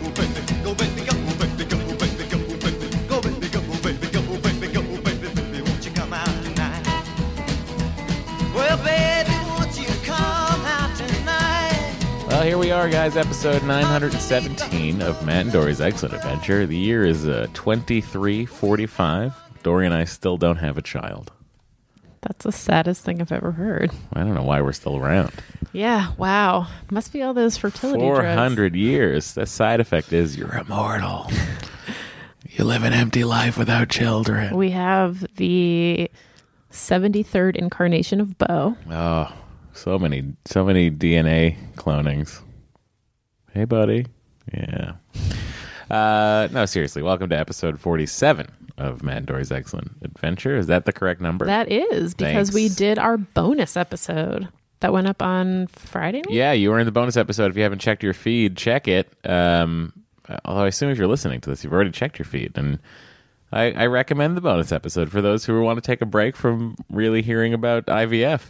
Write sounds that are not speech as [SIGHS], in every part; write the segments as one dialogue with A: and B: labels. A: baby, go, baby, go, baby, go, baby, go, baby, go, baby, go, baby, go, baby, go, baby, baby, won't you come out tonight? Well, baby, won't you come out tonight?
B: Well, here we are, guys. Episode 917 of Matt and Dory's Excellent Adventure. The year is uh, 2345. Dory and I still don't have a child.
C: That's the saddest thing I've ever heard.
B: I don't know why we're still around.
C: Yeah, wow. Must be all those fertility
B: Four
C: drugs.
B: hundred years. The side effect is you're immortal. [LAUGHS] you live an empty life without children.
C: We have the 73rd incarnation of Bo.
B: Oh, so many, so many DNA clonings. Hey, buddy. Yeah. Uh, no, seriously. Welcome to episode forty-seven of Matt and Dory's Excellent Adventure. Is that the correct number?
C: That is because we
B: Thanks.
C: did our bonus episode that went up on Friday night.
B: yeah, you were in the bonus episode. If you haven't checked your feed, check it. Um, although I assume if you're listening to this, you've already checked your feed, and I, I recommend the bonus episode for those who want to take a break from really hearing about IVF.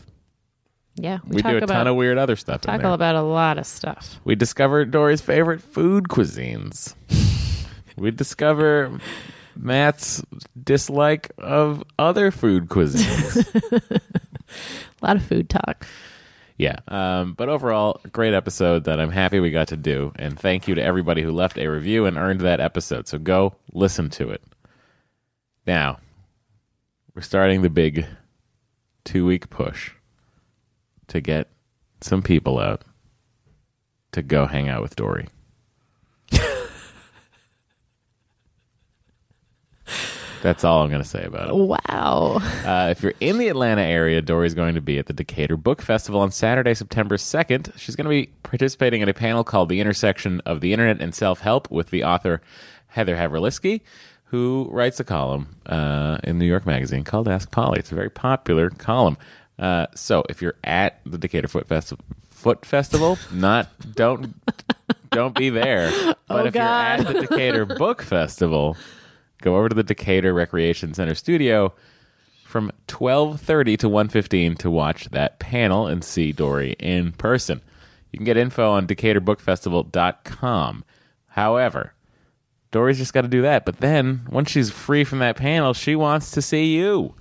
C: Yeah,
B: We, do a ton of weird other stuff. in
C: talk
B: there.
C: about a lot of stuff.
B: We discover Dory's favorite food cuisines. we discover Matt's dislike of other food cuisines.
C: A lot of food talk.
B: yeah. Um, but overall, great episode that I'm happy we got to do. And thank you to everybody who left a review and earned that episode. So go listen to it. Now, we're starting the big two week push to get some people out to go hang out with Dory. That's all I'm going to say about it.
C: Wow.
B: Uh, if you're in the Atlanta area, Dory's going to be at the Decatur Book Festival on Saturday, September 2nd. She's going to be participating in a panel called The Intersection of the Internet and Self Help with the author Heather Havrilisky, who writes a column uh, in New York Magazine called Ask Polly. It's a very popular column. Uh, so if you're at the Decatur Foot, Festi- Foot Festival, not don't don't be
C: [LAUGHS]
B: there. But
C: Oh,
B: if you're at
C: God.
B: the Decatur Book Festival, go over to the Decatur Recreation Center studio from 12:30 to 1:15 to watch that panel and see Dory in person. You can get info on decaturbookfestival.com. However, Dory's just got to do that, but then once she's free from that panel, she wants to see you.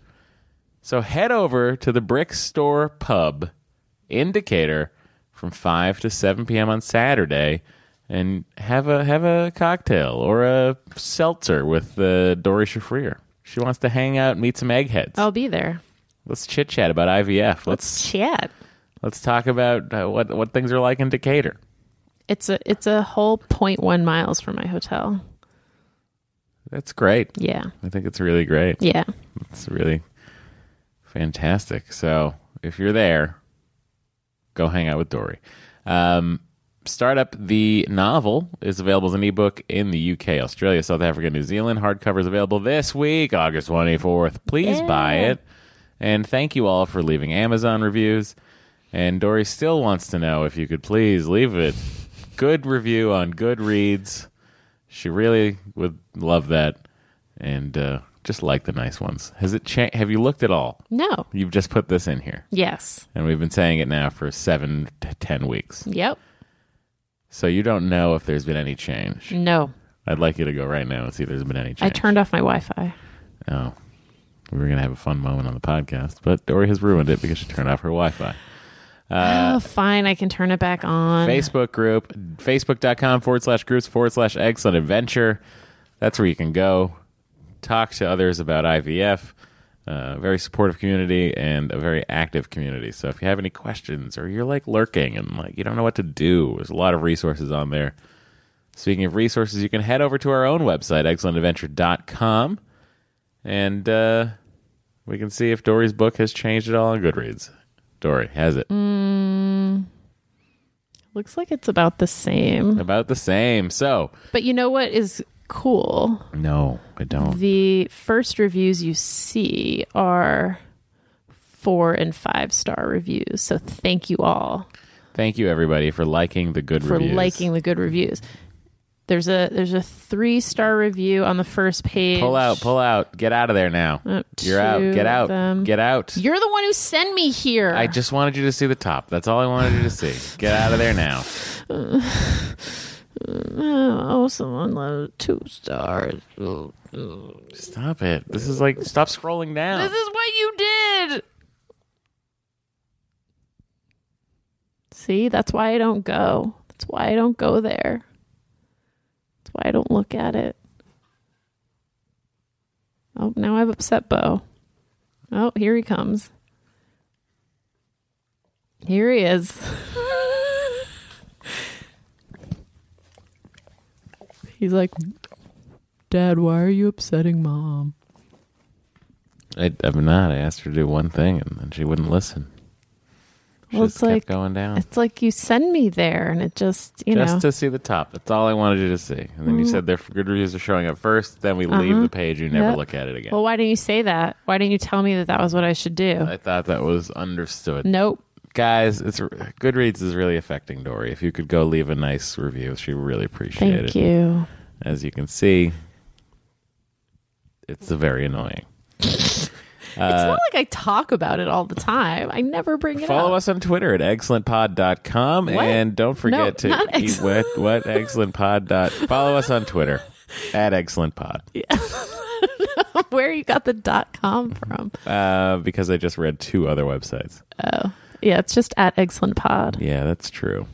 B: So head over to the Brick Store Pub in Decatur from 5 to 7 p.m. on Saturday and have a have a cocktail or a seltzer with uh, Dory Shafrir. She wants to hang out and meet some eggheads.
C: I'll be there.
B: Let's chit chat about IVF. Let's
C: Chat.
B: let's talk about uh, what what things are like in Decatur.
C: It's a it's a whole 0.1 miles from my hotel.
B: That's great.
C: Yeah.
B: I think it's really great.
C: Yeah.
B: It's really fantastic. So if you're there, go hang out with Dory. Um, Startup the novel is available as an ebook in the UK, Australia, South Africa, New Zealand. Hardcover is available this week, August 24th. Please buy it. And thank you all for leaving Amazon reviews. And Dory still wants to know if you could please leave it good review on Goodreads. She really would love that, and uh, just like the nice ones. Has it changed? Have you looked at all?
C: No.
B: You've just put this in here,
C: Yes.
B: and we've been saying it now for seven to ten weeks.
C: Yep.
B: So you don't know if there's been any change.
C: No.
B: I'd like you to go right now and see if there's been any change.
C: I turned off my Wi-Fi.
B: Oh, we were gonna have a fun moment on the podcast, but Dory has ruined it because she turned off her Wi-Fi. Uh,
C: oh, fine. I can turn it back on.
B: Facebook group, facebook.com forward slash groups forward slash excellent adventure. That's where you can go talk to others about IVF. Uh, very supportive community and a very active community. So if you have any questions or you're like lurking and like you don't know what to do, there's a lot of resources on there. Speaking of resources, you can head over to our own website, excellentadventure.com, and uh, we can see if Dory's book has changed at all on Goodreads. Dory, has it?
C: Looks like it's about the same.
B: About the same. So,
C: But you know what is cool?
B: No, I don't.
C: The first reviews you see are four and five star reviews. So thank you all
B: Thank you everybody for liking the good
C: for
B: reviews.
C: liking the good reviews. There's a there's a three star review on the first page.
B: Pull out, pull out, get out of there now.
C: Up
B: You're out.
C: to
B: Get out.
C: them.
B: Get out.
C: You're the one who sent me here.
B: I just wanted you to see the top. That's all I wanted you to see. Get out of there now.
C: oh, someone left two stars. Oh,
B: Stop it. This is like stop scrolling down.
C: This is what you did. See, that's why I don't go. That's why I don't go there. That's why I don't look at it. Oh, now I've upset Bo. Oh, here he comes. Here he is. He's like, Dad, why are you upsetting mom?
B: I, I'm not. I asked her to do one thing and, and she wouldn't listen. She
C: Well,
B: just
C: it's
B: kept
C: like-
B: going down.
C: It's like you send me there, and it just you
B: Just
C: know. Mm.
B: to see the top. That's all I wanted you to see. And then you said their good reviews are showing up first. Then we leave the page. You never
C: Uh-huh. Yep.
B: look at it again.
C: well, why didn't you say that? Why didn't you tell me that that was what I should do?
B: I thought that was understood.
C: nope.
B: guys, it's Goodreads is really affecting Dory. If you could go leave a nice review, she really appreciate
C: Thank
B: it.
C: you.
B: As you can see, it's very annoying.
C: it's not like I talk about it all the time. I never bring it
B: Follow
C: up.
B: us on Twitter at excellentpod.com
C: What?
B: and don't forget
C: No,
B: to
C: not
B: eat
C: ex-
B: what
C: [LAUGHS]
B: what excellentpod. Dot, follow us on Twitter at excellentpod.
C: [LAUGHS] Where you got the dot com from? Oh,
B: Uh, because I just read two other websites.
C: yeah, it's just at Excellent Pod.
B: Yeah, that's true.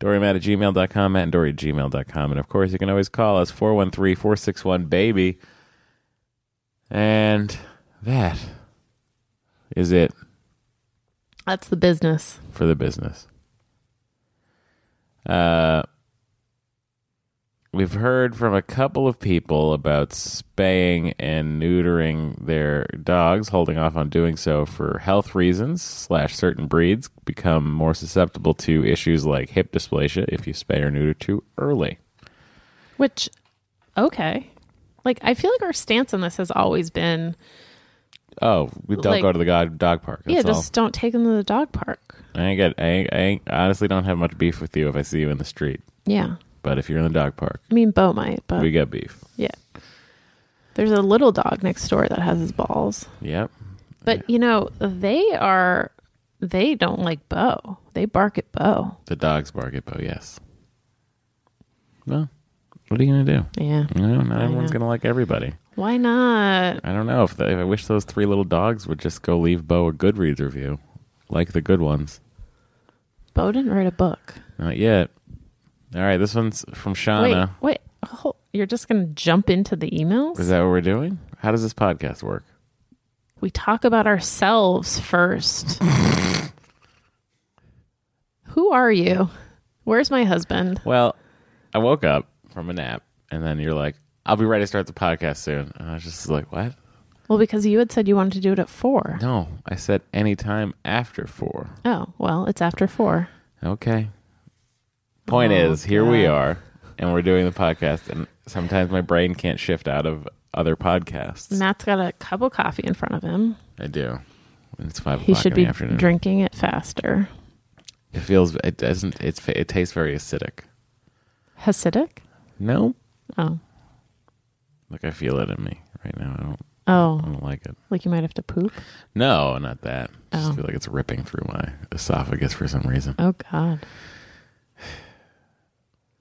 B: DoryMatt at gmail.com, Matt and Dory at gmail.com. And of course, you can always call us 413 461 Baby. And that is it
C: That's the business.
B: for the business. Uh, we've heard from a couple of people about spaying and neutering their dogs, holding off on doing so for health reasons. Slash, certain breeds become more susceptible to issues like hip dysplasia if you spay or neuter too early.
C: Which, okay, like I feel like our stance on this has always been,
B: Oh, we don't
C: Like-
B: go to the god dog park. That's
C: yeah,
B: all.
C: just don't take them to the dog park.
B: I ain't got. I, ain't, I ain't, honestly don't have much beef with you if I see you in the street.
C: Yeah.
B: But if you're in the dog park,
C: I mean, Bo might, but
B: we got beef.
C: there's a little dog next door that has his balls.
B: Yep.
C: But you know, they are they don't like Bo. They bark at Bo.
B: The dogs bark at Bo, yes. Well, what are you going to do?
C: Yeah.
B: No, not
C: I
B: everyone's
C: know.
B: going to like everybody.
C: Why not?
B: I don't know if, they, I wish those three little dogs would just go leave Bo a Goodreads review, like the good ones.
C: Bo didn't write a book.
B: Not yet. All right, this one's from Shauna.
C: Wait, wait. Hold, you're just going to jump into the emails?
B: Is that what we're doing? How does this podcast work?
C: we talk about
B: [LAUGHS]
C: ourselves first. Who are you? Where's my husband?
B: Well, I woke up from a nap, and then you're like, "I'll be ready to start the podcast soon." And I was just like, "What?
C: Well, because you had said you wanted to do it at four.
B: No." I said, "Anytime after four.
C: Oh, well, it's after four.
B: Okay. Point
C: Oh,
B: is, here we
C: God.
B: are, and we're doing the podcast, and sometimes my brain can't shift out of other podcasts.
C: Matt's got a cup of coffee in front of him.
B: I do. And it's five
C: He
B: o'clock
C: should
B: in
C: be
B: the afternoon.
C: drinking it faster.
B: It feels. It doesn't. It's. It tastes very acidic.
C: Hasidic?
B: No.
C: Oh.
B: Like I feel it in me right now. I don't. I
C: Oh,
B: don't like it.
C: like you might have to poop.
B: No, not that. I just
C: Oh.
B: feel like it's ripping through my esophagus for some reason.
C: Oh God.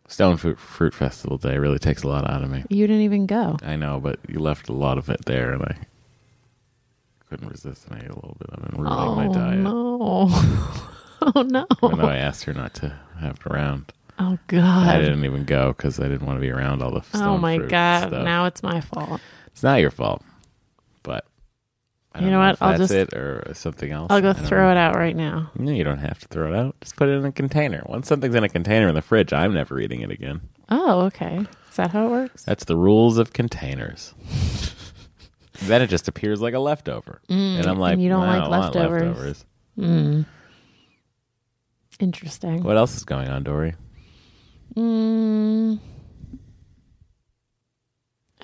B: Stone Fruit, Fruit Festival day really takes a lot out of me.
C: You didn't even go.
B: I know, but you left a lot of it there, and I couldn't resist, and I ate a little bit of it, ruining
C: oh
B: my diet.
C: no. [LAUGHS] oh no.
B: Even though I asked her not to have it around,
C: Oh
B: I
C: [LAUGHS] God.
B: didn't even go because I didn't want to be around all the. Stone
C: Oh my
B: Fruit
C: God.
B: stuff.
C: Now it's my fault.
B: It's not your fault, but I
C: You
B: don't
C: know what?
B: If
C: I'll
B: that's
C: just-
B: it or something else.
C: I'll go throw it out right now.
B: No, you don't have to throw it out. Just put it in a container. Once something's in a container in the fridge, I'm never eating it again.
C: Oh, okay. Is that how it works?
B: That's the rules of
C: [LAUGHS]
B: containers. then it just appears like a leftover, and I'm like,
C: Mm. and you don't
B: "No, I
C: like
B: don't want
C: leftovers." Mm.
B: leftovers.
C: Interesting.
B: What else is going on, Dory?
C: Mm.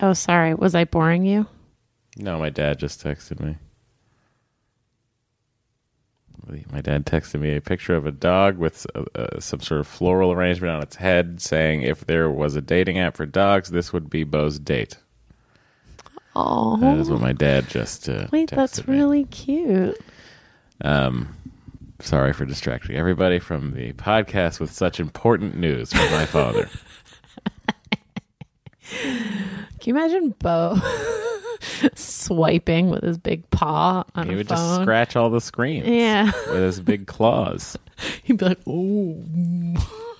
C: Oh, sorry. Was I boring you?
B: No, my dad just texted me. My dad texted me a picture of a dog with uh, uh, some sort of floral arrangement on its head, saying, "If there was a dating app for dogs, this would be Bo's date." That is
C: Oh,
B: what my dad just uh,
C: wait.
B: texted
C: That's
B: me.
C: really cute.
B: Um, sorry for distracting everybody from the podcast with such important news from my father.
C: Can you imagine Bo [LAUGHS] swiping with his big paw [LAUGHS] on
B: he
C: a
B: would
C: phone?
B: just scratch all the screens
C: yeah.
B: with his big claws.
C: He'd be like, "Oh."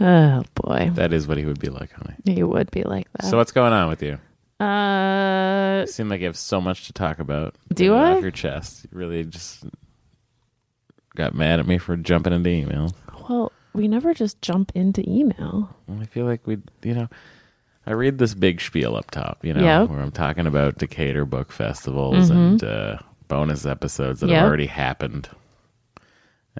C: oh boy.
B: That is what he would be like, honey.
C: He would be like that.
B: So what's going on with you?
C: uh
B: You seem like you have so much to talk about.
C: Do
B: Get it
C: I?
B: Off your chest. You really just got mad at me for jumping into email.
C: well, we never just jump into email.
B: I feel like we, you know, I read this big spiel up top, you know,
C: Yep. Mm-hmm.
B: where I'm talking about Decatur book festivals and uh, bonus episodes that
C: Yep.
B: have already happened.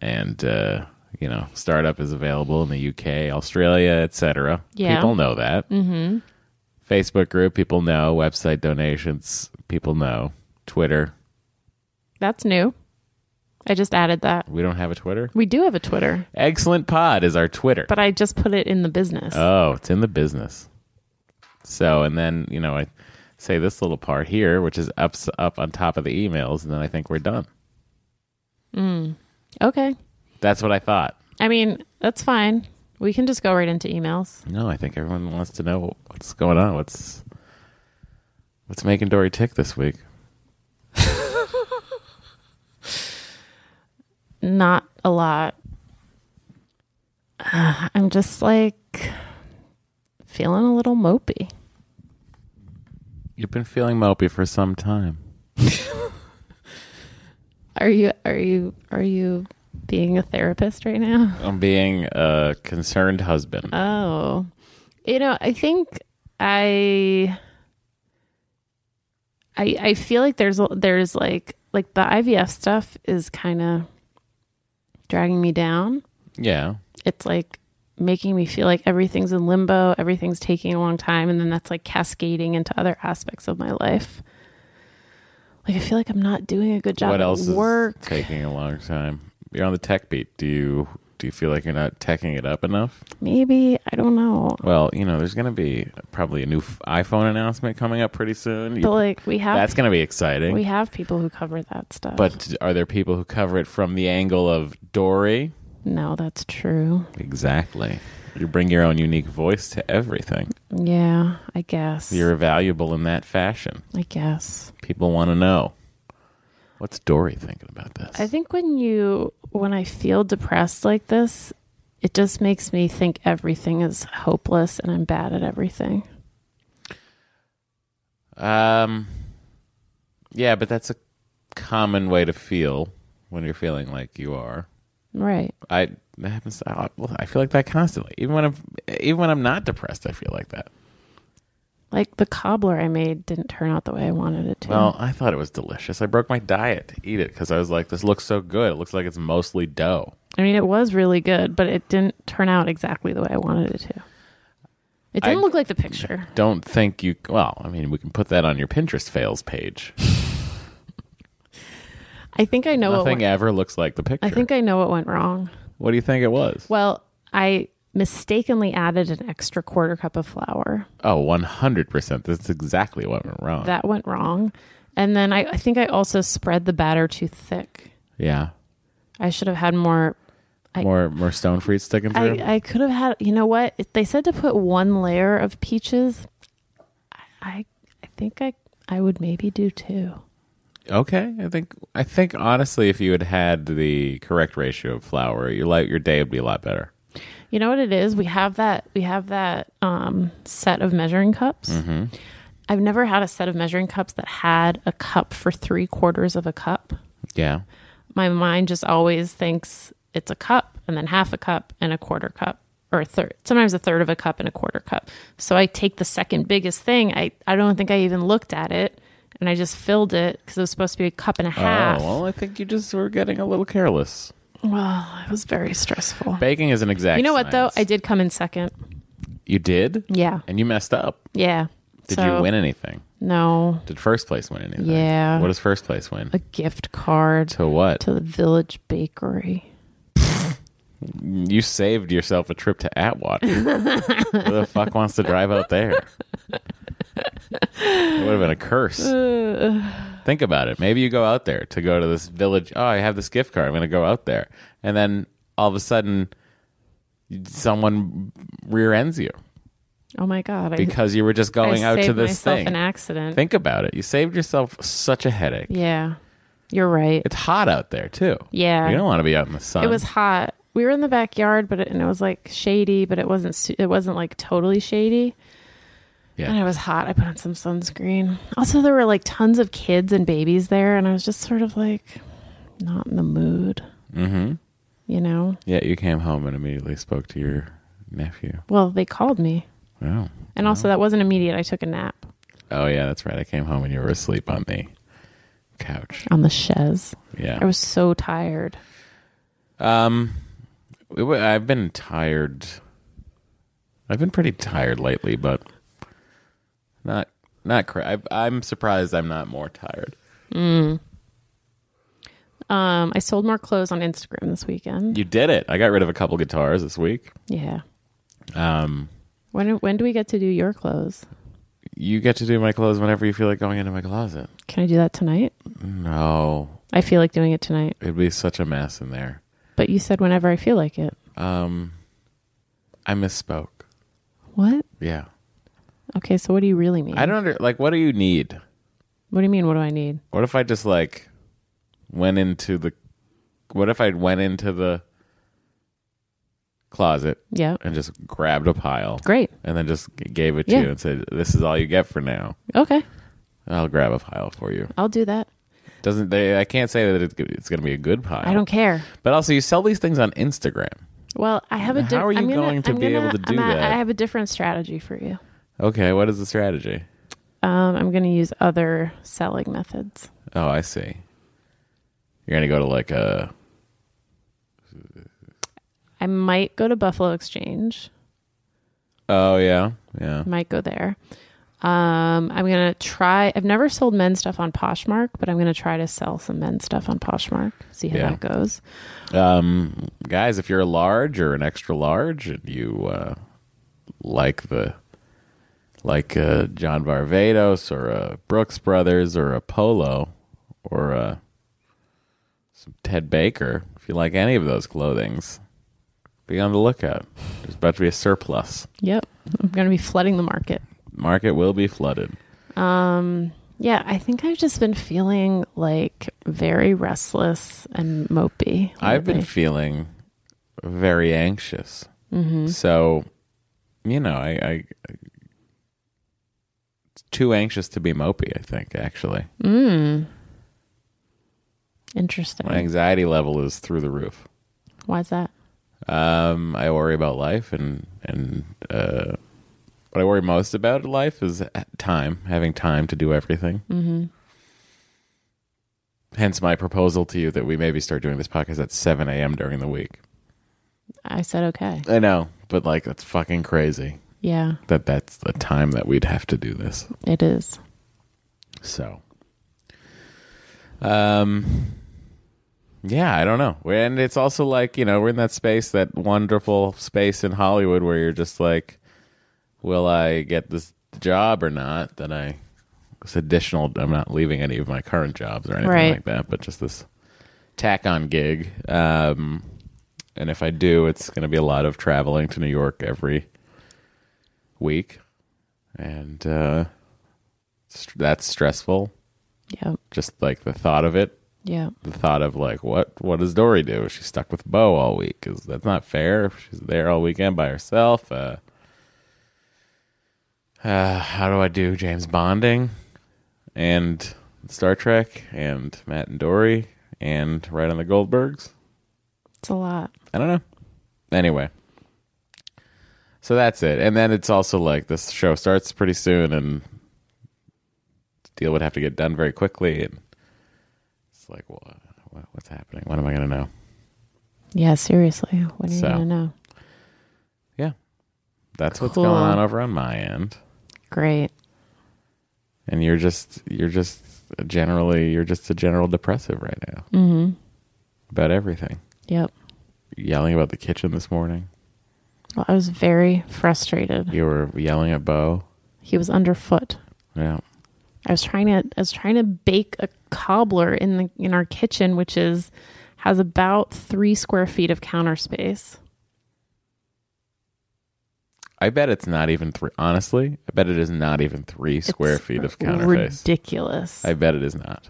B: And, uh, you know, Startup is available in the UK, Australia, etc.
C: Yeah.
B: People know that. Mm-hmm. Facebook group, people know. Website donations, people know. Twitter.
C: That's new. I just added that.
B: We don't have a Twitter.
C: We do have a Twitter,
B: Excellent Pod is our Twitter.
C: but I just put it in the business.
B: Oh, it's in the business. So, and then, you know, I say this little part here, which is up, up on top of the emails, and then I think we're done.
C: Mm. okay.
B: That's what I thought.
C: I mean, that's fine. We can just go right into emails.
B: No, I think everyone wants to know what's going on. What's what's making Dory tick this week?
C: [LAUGHS] Not a lot. Uh, I'm just like feeling a little mopey.
B: You've been feeling mopey for some time.
C: Are you are you are you being a therapist right now?
B: I'm being a concerned husband.
C: Oh, you know, I think I, I, I feel like there's a- there's like like the IVF stuff is kind of dragging me down.
B: yeah.
C: It's like making me feel like everything's in limbo, everything's taking a long time, and then that's like cascading into other aspects of my life. Like I feel like I'm not doing a good job
B: what
C: at
B: else
C: work.
B: is taking a long time? You're on the tech beat. Do you Do you feel like you're not teching it up enough?
C: Maybe I don't know.
B: Well, you know, there's going to be probably a new f- iPhone announcement coming up pretty soon. You-
C: But like we have
B: that's going to be exciting.
C: we have people who cover that stuff.
B: but are there people who cover it from the angle of Dory?
C: no, that's true.
B: Exactly. You bring your own unique voice to everything.
C: Yeah, I guess.
B: You're valuable in that fashion.
C: I guess.
B: People want to know. What's Dory thinking about this?
C: I think when you when I feel depressed like this, it just makes me think everything is hopeless and I'm bad at everything.
B: Um, yeah, but that's a common way to feel when you're feeling like you are.
C: Right.
B: I that happens. I, well, I feel like that constantly. Even when I'm even when I'm not depressed, I feel like that.
C: Like the cobbler I made didn't turn out the way I wanted it to.
B: Well, I thought it was delicious. I broke my diet to eat it because I was like, "This looks so good. It looks like it's mostly dough."
C: I mean, it was really good, but it didn't turn out exactly the way I wanted it to. It didn't
B: I-
C: look like the picture.
B: Don't think you. Well, I mean, we can put that on your Pinterest fails page.
C: I think I know what
B: Nothing
C: went,
B: ever looks like the picture.
C: I think I know what went wrong.
B: What do you think it was?
C: Well, I mistakenly added an extra quarter cup of flour.
B: Oh, one hundred percent. That's exactly what went wrong.
C: That went wrong. And then I, I think I also spread the batter too thick.
B: yeah,
C: I should have had more. I-
B: more more stone fruit sticking through.
C: I, I could have had, you know what? If They said to put one layer of peaches. I, I think I, I would maybe do two.
B: Okay, I think I think honestly, if you had had the correct ratio of flour, your life, your day would be a lot better.
C: You know what it is? We have that we have that um, set of measuring cups. I've never had a set of measuring cups that had a cup for three quarters of a cup.
B: Yeah,
C: My mind just always thinks it's a cup and then half a cup and a quarter cup or a third sometimes a third of a cup and a quarter cup. So I take the second biggest thing. I, I don't think I even looked at it and I just filled it because it was supposed to be a cup and a half.
B: Oh well, I think you just were getting a little careless.
C: well, it was very stressful.
B: Baking is an exact.
C: You know what though? I
B: science.
C: did come in second.
B: You did.
C: Yeah.
B: And you messed up.
C: Yeah.
B: Did
C: So-
B: you win anything?
C: No.
B: Did first place win anything?
C: Yeah.
B: What does first place win?
C: a gift card
B: to what?
C: to the village bakery.
B: you saved yourself a trip to
C: [LAUGHS]
B: Atwater. Who the fuck wants to drive out there? It would have been a
C: [SIGHS]
B: curse. Think about it. Maybe you go out there to go to this village. Oh, I have this gift card. I'm going to go out there. And then all of a sudden, someone rear ends you
C: Oh my god! I,
B: because you were just
C: I
B: going out
C: saved
B: to this
C: myself
B: thing.
C: an accident.
B: Think about it. You saved yourself such a headache.
C: yeah, you're right.
B: It's hot out there, too.
C: Yeah.
B: You don't want to be out in the sun.
C: It was hot. We were in the backyard, but it, and it was like shady, but it wasn't. su- It wasn't like totally shady.
B: Yeah.
C: And it was hot. I put on some sunscreen. Also, there were like tons of kids and babies there, and I was just sort of like not in the mood. Mm-hmm. You know.
B: Yeah, you came home and immediately spoke to your nephew.
C: Well, they called me,
B: Wow.
C: and also that wasn't immediate. I took a nap
B: Oh yeah, that's right. I came home and you were asleep on the couch.
C: on the chaise.
B: Yeah.
C: I was so tired.
B: um it wa- I've been tired. I've been pretty tired lately, but not not cra- I, I'm surprised I'm not more tired.
C: Um, I sold more clothes on Instagram this weekend.
B: You did it. I got rid of a couple guitars this week.
C: Yeah.
B: Um
C: When when do we get to do your clothes?
B: you get to do my clothes whenever you feel like going into my closet.
C: Can I do that tonight?
B: No,
C: I feel like doing it tonight.
B: it'd be such a mess in there.
C: But you said whenever I feel like it.
B: Um I misspoke.
C: What?
B: Yeah.
C: Okay, so what do you really mean?
B: I don't under, like what do you need?
C: What do you mean? What do I need?
B: What if I just like went into the what if I went into the closet
C: Yeah.
B: and just grabbed a pile
C: Great.
B: and then just g- gave it to
C: Yeah.
B: you and said this is all you get for now.
C: Okay,
B: I'll grab a pile for you.
C: I'll do that.
B: Doesn't they I can't say that it's, g- it's going to be a good pile.
C: I don't care.
B: But also you sell these things on Instagram.
C: Well, I have a. Di-
B: How are you
C: I'm gonna-
B: going to
C: I'm
B: be
C: gonna-
B: able to do
C: I'm a-
B: that?
C: I have a different strategy for you.
B: Okay, what is the strategy?
C: Um, I'm going to use other selling methods.
B: Oh, I see. You're going to go to like uh, a
C: I might go to Buffalo Exchange.
B: Oh yeah. Yeah.
C: might go there. Um, I'm gonna try. I've never sold men's stuff on Poshmark, but I'm gonna try to sell some men's stuff on Poshmark. See how
B: Yeah.
C: that goes.
B: Um, guys, if you're a large or an extra large and you uh, like the like uh, John Varvatos or a Brooks Brothers or a Polo or a, some Ted Baker, if you like any of those clothings, be on the lookout. There's about to be a surplus.
C: Yep, I'm gonna be flooding the market.
B: Market will be flooded.
C: Um, Yeah, I think I've just been feeling like very restless and mopey.
B: I've been
C: lately.
B: feeling very anxious.
C: Hmm? Mm-hmm.
B: So, you know, I, I, I it's too anxious to be mopey. I think actually,
C: Mm. interesting.
B: my anxiety level is through the roof.
C: Why's that?
B: Um, I worry about life, and and uh, what I worry most about in life is uh, time, having time to do everything. Mm-hmm. Hence, my proposal to you that we maybe start doing this podcast at seven a.m. during the week.
C: I said okay.
B: I know, but like that's fucking crazy.
C: Yeah,
B: that that's the time that we'd have to do this.
C: it is.
B: So, um, yeah, I don't know. And it's also like you know we're in that space, that wonderful space in Hollywood where you're just like, will I get this job or not? That I this additional. I'm not leaving any of my current jobs or anything
C: Right.
B: like that, but just this tack on gig. Um, and if I do, it's going to be a lot of traveling to New York every week, and uh, st- that's stressful.
C: Yep,
B: Just like the thought of it,
C: yep,
B: the thought of like, what what does Dory do? She's stuck with Bo all week. Is that's not fair? She's there all weekend by herself. Uh, uh, how do I do James Bonding and Star Trek and Matt and Dory and right on the Goldbergs?
C: it's a lot.
B: I don't know. Anyway. So that's it. And then it's also like this show starts pretty soon and the deal would have to get done very quickly and it's like wha wha- what's happening? What am I going to know?
C: Yeah, seriously. What are you
B: So.
C: gonna know?
B: Yeah. That's what's
C: Cool.
B: going on over on my end.
C: Great.
B: And you're just you're just generally you're just a general depressive right now. Mhm. About everything.
C: Mm-hmm. Yep.
B: Yelling about the kitchen this
C: [LAUGHS]
B: morning.
C: Well, I was very frustrated.
B: You were yelling at Bo.
C: He was underfoot.
B: Yeah.
C: I was trying to I was trying to bake a cobbler in the in our kitchen, which is has about three square feet of counter space.
B: I bet it's not even three. Honestly, I bet it is not even three square
C: It's
B: feet of counterface.
C: Ridiculous.
B: I bet it is not.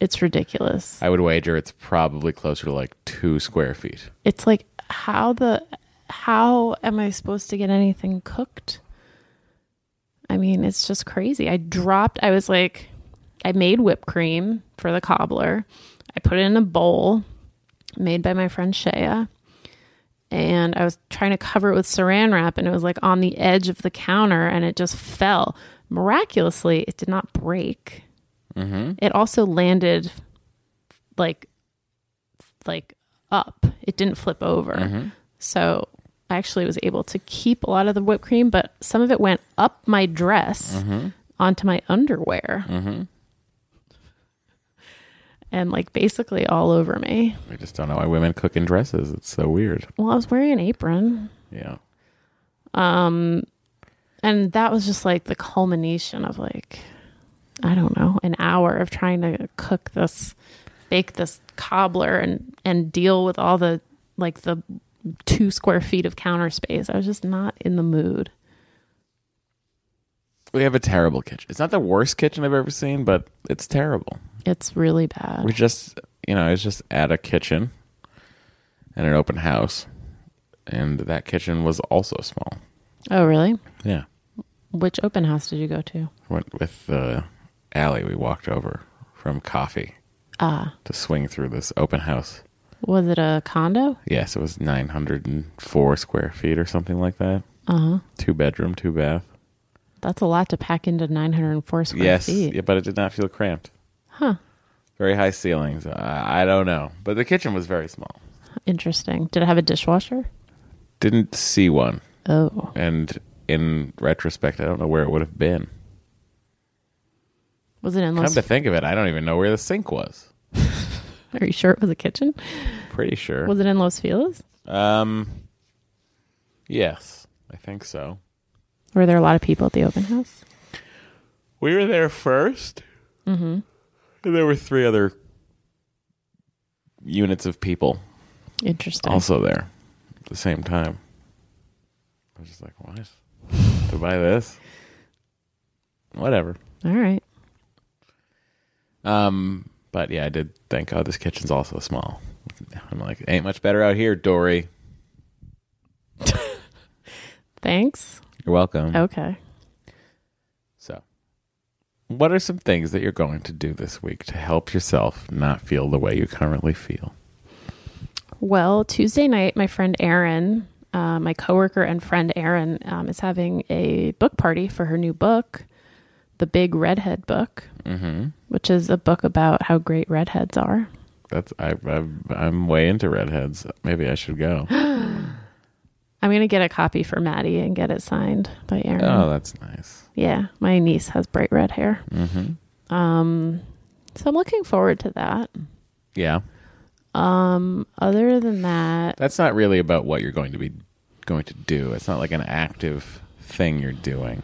C: it's ridiculous.
B: I would wager it's probably closer to like two square feet.
C: it's like how the how am I supposed to get anything cooked? I mean, it's just crazy. I dropped I was like I made whipped cream for the cobbler. I put it in a bowl made by my friend Shea. And I was trying to cover it with saran wrap and it was like on the edge of the counter and it just fell. Miraculously, it did not break. It also landed like like up. It didn't flip over.
B: Mm-hmm.
C: So I actually was able to keep a lot of the whipped cream, but some of it went up my dress
B: Mm.
C: onto my underwear. And like basically all over me.
B: I just don't know why women cook in dresses. It's so weird.
C: Well, I was wearing an apron,
B: Yeah.
C: um, and that was just like the culmination of like I don't know, an hour of trying to cook this bake this cobbler and and deal with all the like the 2 square feet of counter space. I was just not in the mood.
B: We have a terrible kitchen. It's not the worst kitchen I've ever seen, but it's terrible.
C: It's really
B: We
C: bad.
B: just, you know, it's just at a kitchen and an open house. And that kitchen was also small.
C: Oh, really?
B: Yeah.
C: Which open house did you go to?
B: went with uh, Allie. We walked over from coffee to swing through this open house.
C: Uh, Was it a condo?
B: Yes, it was 904 square feet or something like that.
C: Uh-huh.
B: Two bedroom, two bath.
C: That's a lot to pack into 904 square
B: yes,
C: feet.
B: yeah, but it did not feel cramped.
C: Huh.
B: Very high ceilings. Uh, I don't know. But the kitchen was very small.
C: Interesting. Did it have a dishwasher?
B: Didn't see one.
C: Oh.
B: And in retrospect, I don't know where it would have been.
C: Was it
B: Come
C: endless?
B: to think of it, I don't even know where the sink was.
C: [LAUGHS] Are you sure it was a kitchen?
B: Pretty sure.
C: Was it in Los Feliz?
B: um, yes, I think so.
C: Were there a lot of people at the open house?
B: We were there 1st Mm-hmm. And there were three other units of people
C: Interesting.
B: also there at the same time. I was just like, what? to buy this? Whatever.
C: All right.
B: Um, but yeah, I did think, oh, this kitchen's also small. I'm like, ain't much better out here, Dory.
C: Thanks.
B: You're welcome.
C: Okay.
B: So, what are some things that you're going to do this week to help yourself not feel the way you currently feel?
C: Well, Tuesday night, my friend Erin, uh, my coworker and friend Erin, um, is having a book party for her new book, The Big Redhead Book, which is a book about how great redheads are.
B: That's I, I I'm way into redheads. Maybe I should go.
C: I'm going to get a copy for Maddie and get it signed by Erin.
B: oh, that's nice.
C: Yeah, my niece has bright red hair. Mm-hmm. Um, so I'm looking forward to that. Um,
B: Yeah,
C: Other than that,
B: that's not really about what you're going to be going to do. It's not like an active thing you're doing.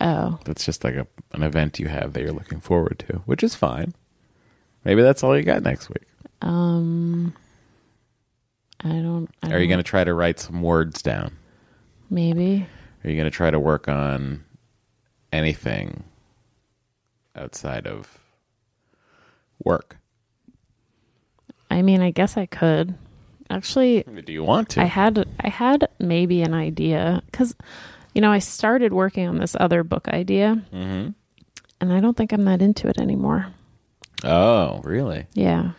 C: oh,
B: That's just like a, an event you have that you're looking forward to, which is fine. Maybe that's all you got next week.
C: um, I don't. I
B: Are you
C: don't-
B: going to try to write some words down?
C: maybe?
B: Are you going to try to work on anything outside of work?
C: I mean, I guess I could. Actually,
B: Do you want to?
C: I had I had maybe an idea because, you know, I started working on this other book idea,
B: Mm-hmm.
C: and I don't think I'm that into it anymore.
B: oh, really?
C: Yeah,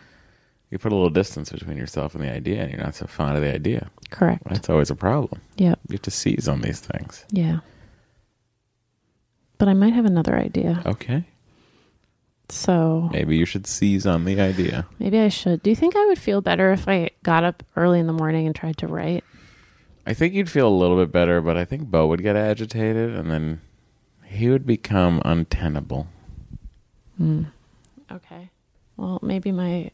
B: You put a little distance between yourself and the idea, and you're not so fond of the idea.
C: correct.
B: That's always a problem.
C: Yep.
B: You have to seize on these things.
C: Yeah. But I might have another idea.
B: Okay.
C: So
B: Maybe you should seize on the idea.
C: maybe I should. Do you think I would feel better if I got up early in the morning and tried to write?
B: I think you'd feel a little bit better, but I think Bo would get agitated, and then he would become untenable.
C: Okay. Well, maybe my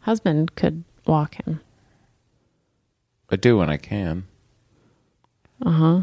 C: husband could walk him.
B: I do when I can.
C: Uh-huh.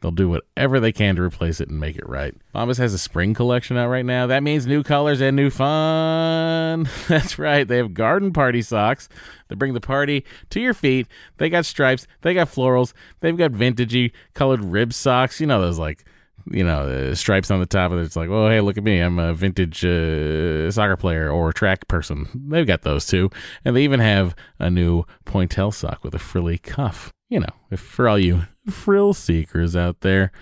D: they'll do whatever they can to replace it and make it right. Bombas has a spring collection out right now. That means new colors and new fun. [LAUGHS] That's right. They have garden party socks that bring the party to your feet. They got stripes, they got florals, they've got vintagey colored rib socks. You know, those like you know, uh, stripes on the top of it. It's like, oh, hey, look at me. I'm a vintage uh, soccer player or track person. They've got those too. And they even have a new pointel sock with a frilly cuff. You know, if for all you [LAUGHS] frill seekers out there,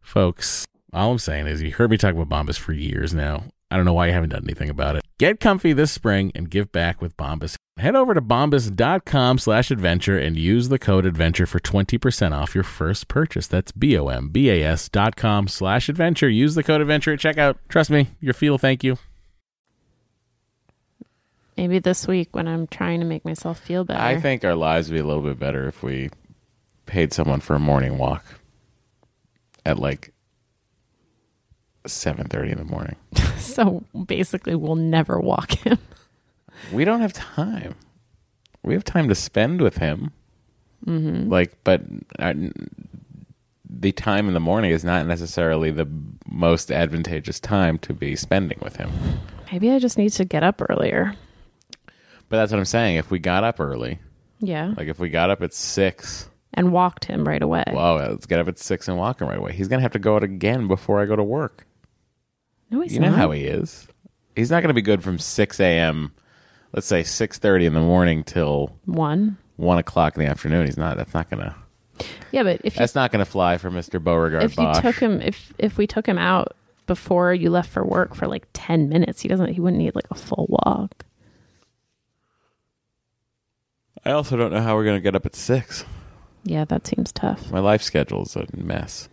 D: folks, all I'm saying is you heard me talk about Bombas for years now. I don't know why you haven't done anything about it. Get comfy this spring and give back with Bombas. Head over to bombas.com slash adventure and use the code adventure for 20% off your first purchase. That's B O M B A S dot com slash adventure. Use the code adventure at checkout. Trust me, your feel thank you.
C: Maybe this week when I'm trying to make myself feel better.
B: I think our lives would be a little bit better if we paid someone for a morning walk at like seven thirty in the morning.
C: [LAUGHS] so basically we'll never walk him.
B: We don't have time. We have time to spend with him. Mm-hmm. Like, but uh, the time in the morning is not necessarily the most advantageous time to be spending with him.
C: Maybe I just need to get up earlier.
B: But that's what I'm saying. If we got up early,
C: Yeah.
B: like if we got up at six,
C: and walked him right away.
B: whoa, let's get up at six and walk him right away. He's gonna have to go out again before I go to work.
C: no, he's
B: you know
C: not.
B: how he is. He's not going to be good from six a.m. Let's say six thirty in the morning till
C: One.
B: one o'clock in the afternoon. He's not. That's not gonna.
C: Yeah, but if you,
B: That's not gonna fly for Mister Beauregard.
C: if you
B: Bosch.
C: took him if if we took him out before you left for work for like 10 minutes, he doesn't he wouldn't need like a full walk.
B: I also don't know how we're gonna get up at six.
C: Yeah, that seems tough.
B: My life schedule is a mess.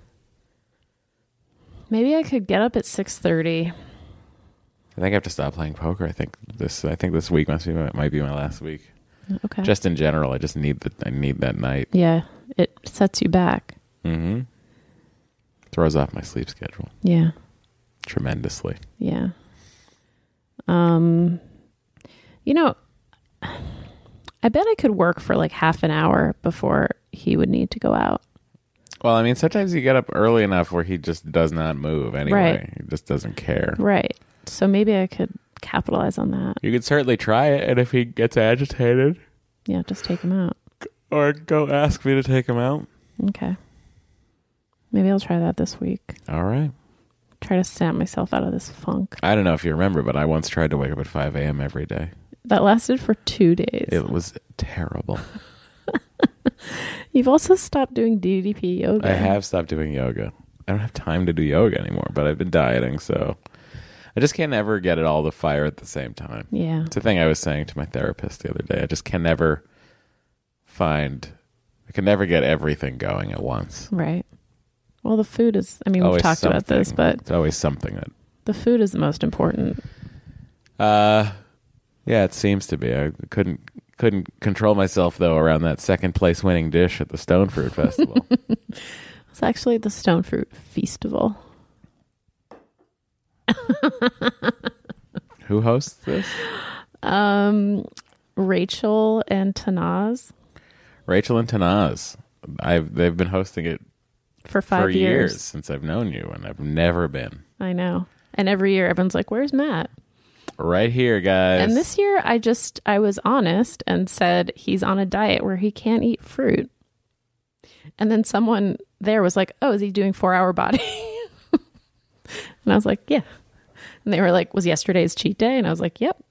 C: Maybe I could get up at 6:30.
B: I think I have to stop playing poker. I think this. I think this week must be my, might be my last week.
C: Okay.
B: Just in general, I just need that. I need that night.
C: yeah, it sets you back.
B: Mm-hmm. Throws off my sleep schedule
C: Yeah.
B: tremendously.
C: Yeah. Um you know, I bet I could work for like half an hour before he would need to go out.
B: Well, I mean, sometimes you get up early enough where he just does not move anyway.
C: Right.
B: He just doesn't care.
C: Right. So maybe I could capitalize on that.
B: You could certainly try it, and if he gets agitated,
C: Yeah, just take him out.
B: or go ask me to take him out.
C: Okay. Maybe I'll try that this week.
B: All right.
C: Try to snap myself out of this funk.
B: I don't know if you remember, but I once tried to wake up at 5 a.m. every day.
C: That lasted for two days.
B: It was terrible.
C: You've also stopped doing DDP yoga.
B: I have stopped doing yoga. I don't have time to do yoga anymore, but I've been dieting, so I just can't ever get it all the fire at the same time.
C: Yeah.
B: It's a thing I was saying to my therapist the other day. I just can never find, I can never get everything going at once.
C: Right. Well, the food is, I mean, we've
B: Always
C: talked about this,
B: something.
C: but
B: it's always something that
C: the food is the most important.
B: Uh, yeah, it seems to be. I couldn't couldn't control myself though around that second place winning dish at the Stone Fruit
C: [LAUGHS]
B: Festival.
C: It's actually the Stone Fruit Festival. [LAUGHS]
B: Who hosts this?
C: Um, Rachel and Tanaz
B: Rachel and Tanaz. I've they've been hosting it
C: for five
B: for years.
C: years.
B: since I've known you, and I've never been.
C: I know. And every year everyone's like, where's Matt?
B: Right here, guys.
C: And this year, I just I was honest and said he's on a diet where he can't eat fruit. And then someone there was like, "Oh, is he doing four hour body?" [LAUGHS] and I was like, "Yeah." And they were like, "Was yesterday's cheat day?" And I was like, "Yep."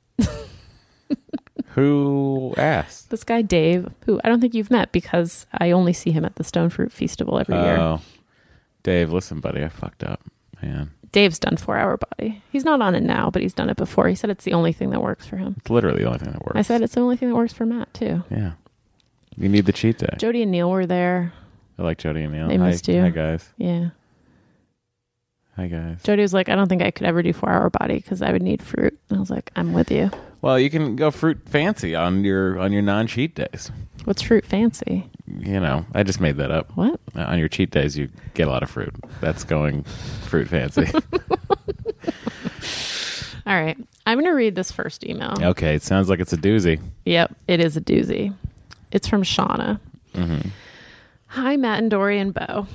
C: [LAUGHS]
B: who asked?
C: This guy Dave, who I don't think you've met because I only see him at the Stone Fruit Festival every year.
B: Oh, Dave. Listen, buddy, I fucked up, man.
C: Dave's done four hour body. He's not on it now, but he's done it before. He said it's the only thing that works for him.
B: It's literally the only thing that works.
C: I said it's the only thing that works for Matt too.
B: yeah. You need the cheat day.
C: Jody and Neil were there.
B: I like Jody and Neil.
C: They
B: Hi-
C: missed you.
B: Hi guys.
C: Yeah.
B: Hi guys.
C: Jody was like, I don't think I could ever do four hour body because I would need fruit. And I was like, I'm with you.
B: Well, you can go fruit fancy on your on your non cheat days.
C: What's fruit fancy?
B: you know, I just made that up.
C: What?
B: Uh, on your cheat days, you get a lot of fruit. That's going fruit
C: [LAUGHS]
B: fancy.
C: All right. I'm going to read this first email.
B: okay, it sounds like it's a doozy.
C: Yep, it is a doozy. It's from Shauna. Mm-hmm. Hi, Matt and Dory and Bo.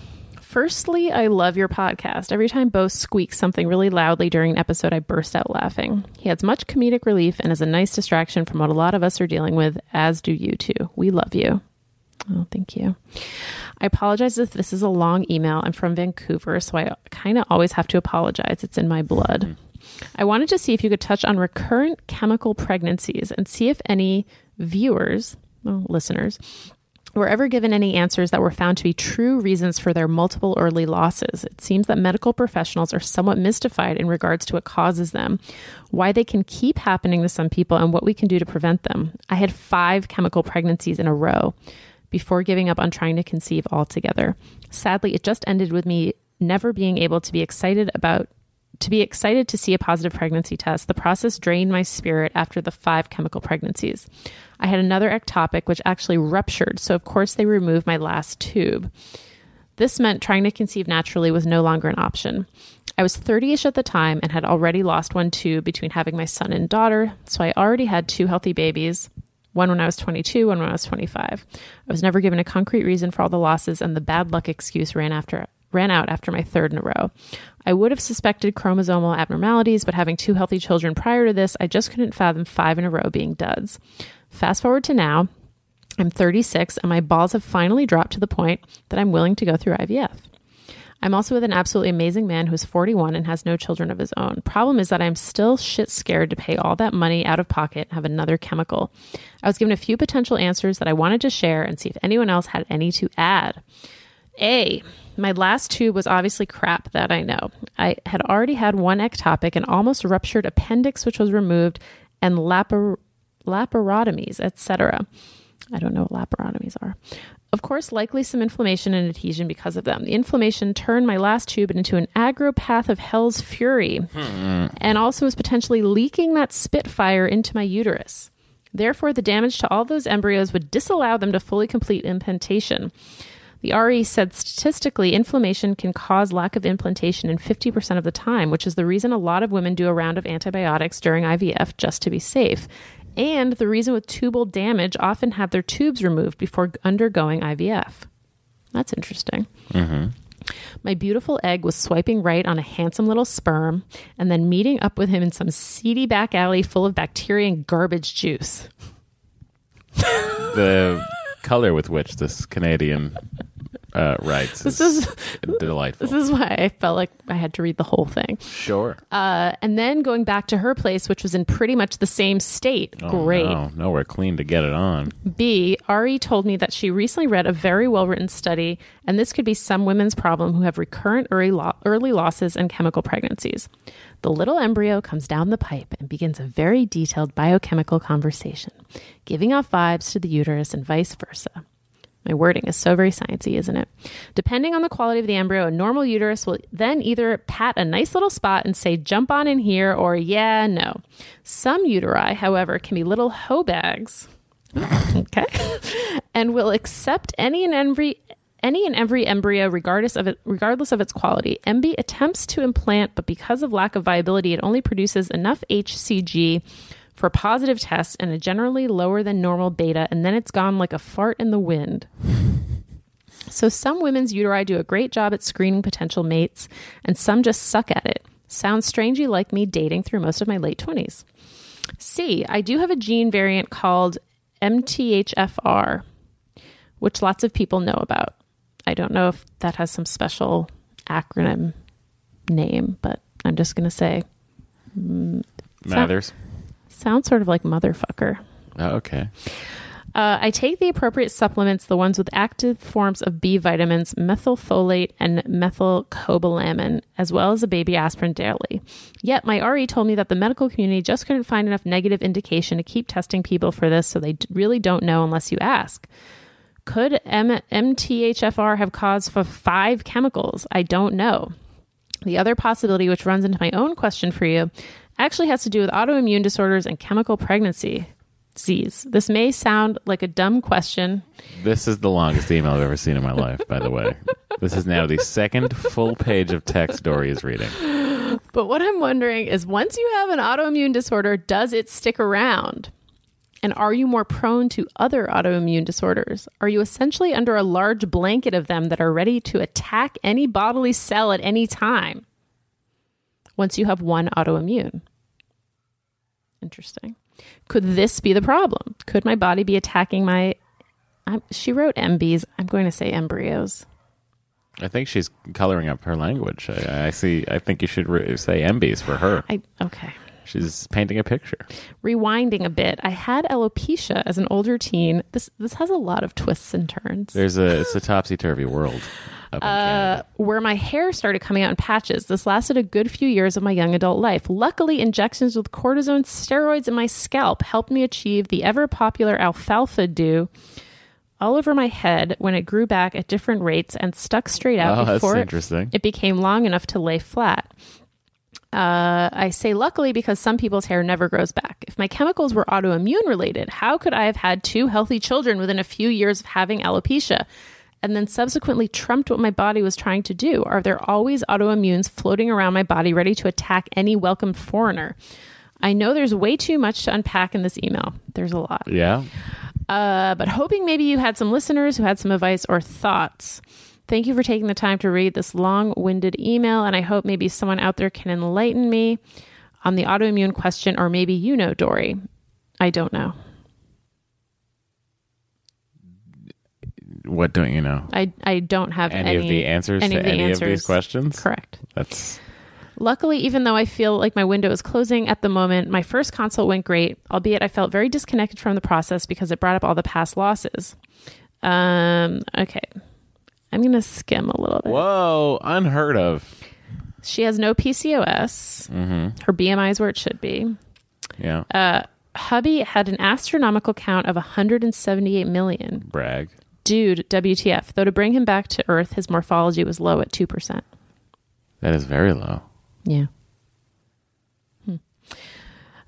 C: Firstly, I love your podcast. Every time Bo squeaks something really loudly during an episode, I burst out laughing. He adds much comedic relief and is a nice distraction from what a lot of us are dealing with, as do you two. We love you. Oh, thank you. I apologize if this is a long email. I'm from Vancouver, so I kind of always have to apologize. It's in my blood. I wanted to see if you could touch on recurrent chemical pregnancies and see if any viewers, well, listeners, were ever given any answers that were found to be true reasons for their multiple early losses. It seems that medical professionals are somewhat mystified in regards to what causes them, why they can keep happening to some people, and what we can do to prevent them. I had five chemical pregnancies in a row before giving up on trying to conceive altogether. Sadly, it just ended with me never being able to be excited about to be excited to see a positive pregnancy test, the process drained my spirit after the five chemical pregnancies. I had another ectopic, which actually ruptured, so of course they removed my last tube. This meant trying to conceive naturally was no longer an option. I was 30 ish at the time and had already lost one tube between having my son and daughter, so I already had two healthy babies one when I was 22, one when I was 25. I was never given a concrete reason for all the losses, and the bad luck excuse ran after ran out after my third in a row. I would have suspected chromosomal abnormalities, but having two healthy children prior to this, I just couldn't fathom five in a row being duds. Fast forward to now, I'm 36, and my balls have finally dropped to the point that I'm willing to go through IVF. I'm also with an absolutely amazing man who's 41 and has no children of his own. Problem is that I'm still shit scared to pay all that money out of pocket and have another chemical. I was given a few potential answers that I wanted to share and see if anyone else had any to add. A. My last tube was obviously crap, that I know. I had already had one ectopic, an almost ruptured appendix, which was removed, and lapar- laparotomies, etc. I don't know what laparotomies are. Of course, likely some inflammation and adhesion because of them. The inflammation turned my last tube into an agropath of hell's fury and also was potentially leaking that spitfire into my uterus. Therefore, the damage to all those embryos would disallow them to fully complete implantation. The RE said statistically, inflammation can cause lack of implantation in 50% of the time, which is the reason a lot of women do a round of antibiotics during IVF just to be safe. And the reason with tubal damage often have their tubes removed before undergoing IVF. That's interesting. My beautiful egg was swiping right on a handsome little sperm and then meeting up with him in some seedy back alley full of bacteria and garbage juice.
B: The color with which this Canadian uh, writes
C: This is
B: [LAUGHS] delightful.
C: this is why I felt like I had to read the whole thing.
B: sure.
C: Uh, and then going back to her place, which was in pretty much the same state. Great.
B: Oh, No, nowhere clean to get it on.
C: B. Ari told me that she recently read a very well written study, and this could be some women's problem who have recurrent early, lo- early losses and chemical pregnancies. The little embryo comes down the pipe and begins a very detailed biochemical conversation, giving off vibes to the uterus and vice versa. My wording is so very sciencey, isn't it? Depending on the quality of the embryo, a normal uterus will then either pat a nice little spot and say, jump on in here, or yeah, no. Some uteri, however, can be little hoe bags okay and will accept any and every any and every embryo regardless of it regardless of its quality mb attempts to implant but because of lack of viability it only produces enough hcg for positive tests and a generally lower than normal beta and then it's gone like a fart in the wind so some women's uteri do a great job at screening potential mates and some just suck at it sounds strangely like me dating through most of my late 20s C, I do have a gene variant called MTHFR, which lots of people know about. I don't know if that has some special acronym name, but I'm just going to say
B: Mathers.
C: sounds sort of like motherfucker.
B: Oh, okay.
C: Uh, I take the appropriate supplements, the ones with active forms of B vitamins, methylfolate, and methylcobalamin, as well as a baby aspirin daily. Yet, my RE told me that the medical community just couldn't find enough negative indication to keep testing people for this, so they d- really don't know unless you ask. Could M- MTHFR have cause for five chemicals? I don't know. The other possibility, which runs into my own question for you, actually has to do with autoimmune disorders and chemical pregnancy. Z's. This may sound like a dumb question.
B: This is the longest email I've ever seen in my life, by the way. This is now the second full page of text Dory is reading.
C: But what I'm wondering is once you have an autoimmune disorder, does it stick around? And are you more prone to other autoimmune disorders? Are you essentially under a large blanket of them that are ready to attack any bodily cell at any time once you have one autoimmune? Interesting. Could this be the problem? Could my body be attacking my. I'm, she wrote MBs. I'm going to say embryos.
B: I think she's coloring up her language. I, I see. I think you should re- say MBs for her.
C: I okay.
B: She's painting a picture.
C: Rewinding a bit, I had alopecia as an older teen. This this has a lot of twists and turns.
B: There's a it's a topsy turvy world up in
C: Uh,
B: Canada.
C: where my hair started coming out in patches. This lasted a good few years of my young adult life. Luckily, injections with cortisone steroids in my scalp helped me achieve the ever popular alfalfa dew all over my head when it grew back at different rates and stuck straight out
B: Oh, that's
C: before it-
B: interesting.
C: it became long enough to lay flat. Uh, I say luckily because some people's hair never grows back. If my chemicals were autoimmune related, how could I have had two healthy children within a few years of having alopecia? And then subsequently trumped what my body was trying to do. Are there always autoimmunes floating around my body ready to attack any welcome foreigner? I know there's way too much to unpack in this email. There's a lot.
B: Yeah.
C: Uh, but hoping maybe you had some listeners who had some advice or thoughts. Thank you for taking the time to read this long winded email, and I hope maybe someone out there can enlighten me on the autoimmune question, or maybe you know, Dory. I don't know.
B: What don't you know?
C: I, I don't have
B: Any,
C: any,
B: of the answers
C: any
B: to
C: of the
B: any of
C: answers.
B: these questions?
C: Correct.
B: That's
C: Luckily, even though I feel like my window is closing at the moment, my first consult went great, albeit I felt very disconnected from the process because it brought up all the past losses. Um, okay. I'm going to skim a little bit.
B: whoa, unheard of.
C: She has no PCOS. Her BMI is where it should be.
B: Yeah.
C: Uh, Hubby had an astronomical count of 178 million.
B: Brag.
C: Dude, WTF. Though to bring him back to Earth, his morphology was low at 2%.
B: That is very low.
C: Yeah. Hmm.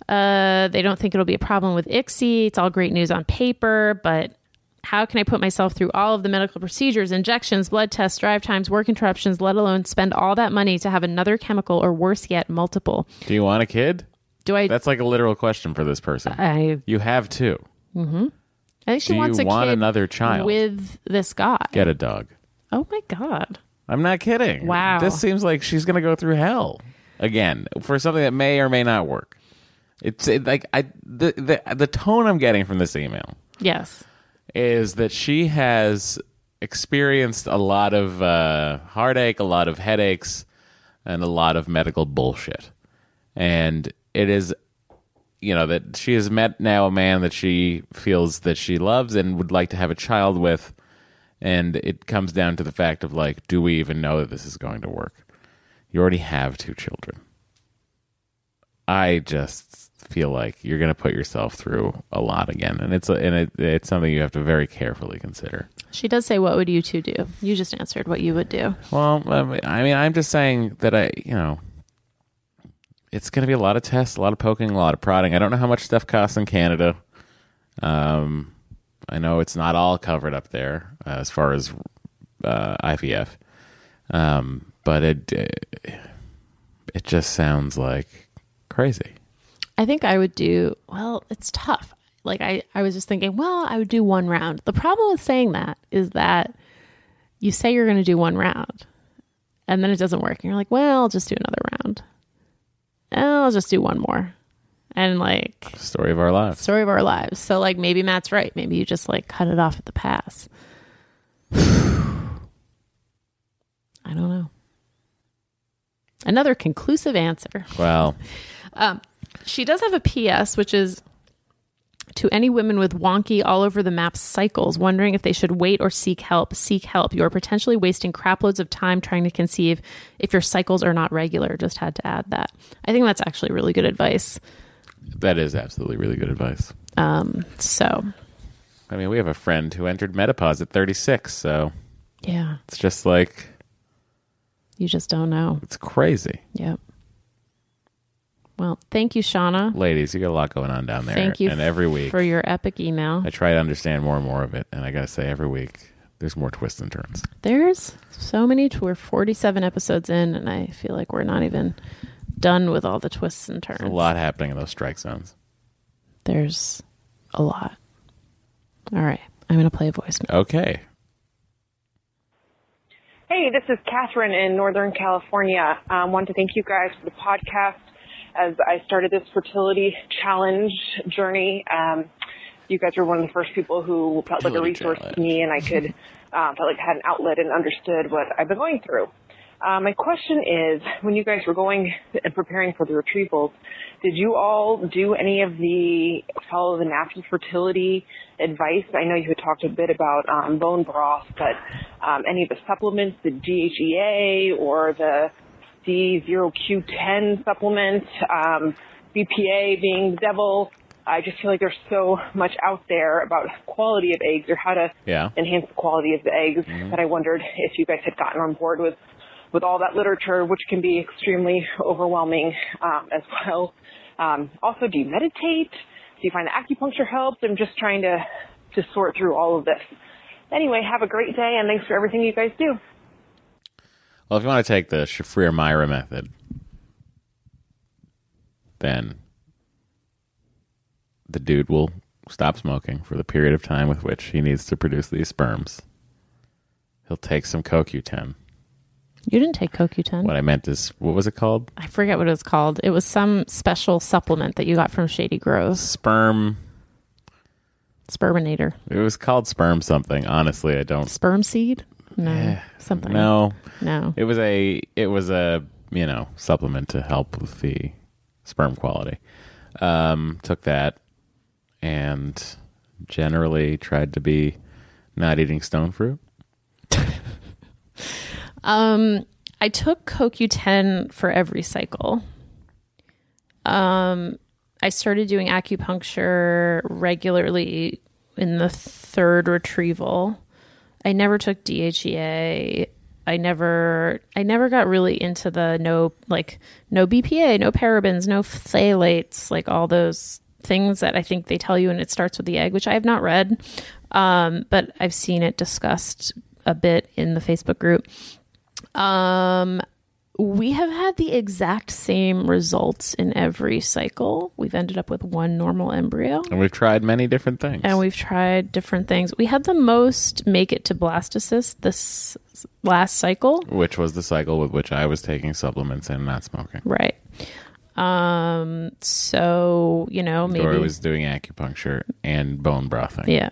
C: Uh, they don't think it'll be a problem with ICSI. It's all great news on paper, but how can I put myself through all of the medical procedures, injections, blood tests, drive times, work interruptions, let alone spend all that money to have another chemical or worse yet, multiple?
B: Do you want a kid?
C: Do I?
B: That's like a literal question for this person.
C: I
B: you have two.
C: I think she
B: Do
C: wants
B: you
C: a
B: want
C: kid
B: another child?
C: with this guy.
B: Get a dog.
C: Oh my god!
B: I'm not kidding.
C: Wow.
B: This seems like she's going to go through hell again for something that may or may not work. It's it, like I the, the the tone I'm getting from this email
C: Yes,
B: is that she has experienced a lot of uh, heartache, a lot of headaches, and a lot of medical bullshit. And it is, you know, that she has met now a man that she feels that she loves and would like to have a child with. And it comes down to the fact of like, do we even know that this is going to work? You already have two children. I just feel like you're going to put yourself through a lot again, and it's a, and it, it's something you have to very carefully consider.
C: she does say, "What would you two do?" You just answered what you would do.
B: Well, I mean, I mean, I'm just saying that I, you know, it's going to be a lot of tests, a lot of poking, a lot of prodding. I don't know how much stuff costs in Canada. Um, I know it's not all covered up there uh, as far as uh, IVF, um, but it uh, it just sounds like crazy.
C: I think I would do well. It's tough. Like I, I was just thinking, well, I would do one round. The problem with saying that is that you say you're going to do one round, and then it doesn't work, and you're like, well, I'll just do another round. I'll just do one more, and like
B: Story of our lives.
C: story of our lives. So like maybe Matt's right. Maybe you just like cut it off at the pass. [SIGHS] I don't know. Another conclusive answer.
B: Well,
C: She does have a PS, which is to any women with wonky all over the map cycles wondering if they should wait or seek help, seek help. You are potentially wasting craploads of time trying to conceive if your cycles are not regular. Just had to add that. I think that's actually really good advice.
B: that is absolutely really good advice.
C: Um, so
B: I mean, we have a friend who entered menopause at 36, so
C: yeah,
B: it's just like
C: you just don't know.
B: it's crazy.
C: Yep. Well, thank you, Shauna.
B: Ladies, you got a lot going on down there.
C: Thank you
B: And every week,
C: for your epic email.
B: I try to understand more and more of it. And I got to say, every week, there's more twists and turns.
C: There's so many. We're 47 episodes in, and I feel like we're not even done with all the twists and turns.
B: A lot happening in those strike zones.
C: There's a lot. All right. I'm going to play a voicemail.
B: Okay.
D: Hey, this is Catherine in Northern California. Um, wanted to thank you guys for the podcast as I started this fertility challenge journey. Um, you guys were one of the first people who felt like a
B: Fertility
D: resource
B: challenge.
D: to me, and I could uh, felt like I had an outlet and understood what I've been going through. Uh, my question is, when you guys were going and preparing for the retrievals, did you all do any of the follow the natural fertility advice? I know you had talked a bit about um, bone broth, but um, any of the supplements, the DHEA or the D0Q10 supplement, um, BPA being the devil. I just feel like there's so much out there about quality of eggs or how to
B: Yeah.
D: enhance the quality of the eggs that I wondered if you guys had gotten on board with with all that literature, which can be extremely overwhelming um, as well. Um, also, do you meditate? Do you find that acupuncture helps? I'm just trying to to sort through all of this. Anyway, have a great day, and thanks for everything you guys do.
B: Well, if you want to take the Shafrir Myra method, then the dude will stop smoking for the period of time with which he needs to produce these sperms. He'll take some CoQ10.
C: You didn't take CoQ10.
B: What I meant is, what was it called?
C: I forget what it was called. It was some special supplement that you got from Shady Grove.
B: Sperm.
C: Sperminator.
B: It was called sperm something. Honestly, I don't
C: Sperm seed? No. Something.
B: know.
C: No.
B: It was a it was a you know supplement to help with the sperm quality. Um, took that and generally tried to be not eating stone fruit.
C: Um, I took CoQ10 for every cycle. Um, I started doing acupuncture regularly in the third retrieval. I never took DHEA. I never, I never got really into the no, like no BPA, no parabens, no phthalates, like all those things that I think they tell you, and it starts with the egg, which I have not read, um, but I've seen it discussed a bit in the Facebook group Um, we have had the exact same results in every cycle. We've ended up with one normal embryo.
B: And we've tried many different things.
C: And we've tried different things. We had the most make it to blastocyst this last cycle.
B: which was the cycle with which I was taking supplements and not smoking.
C: Right. Um so, you know, maybe
B: Or I was doing acupuncture and bone brothing.
C: Yeah.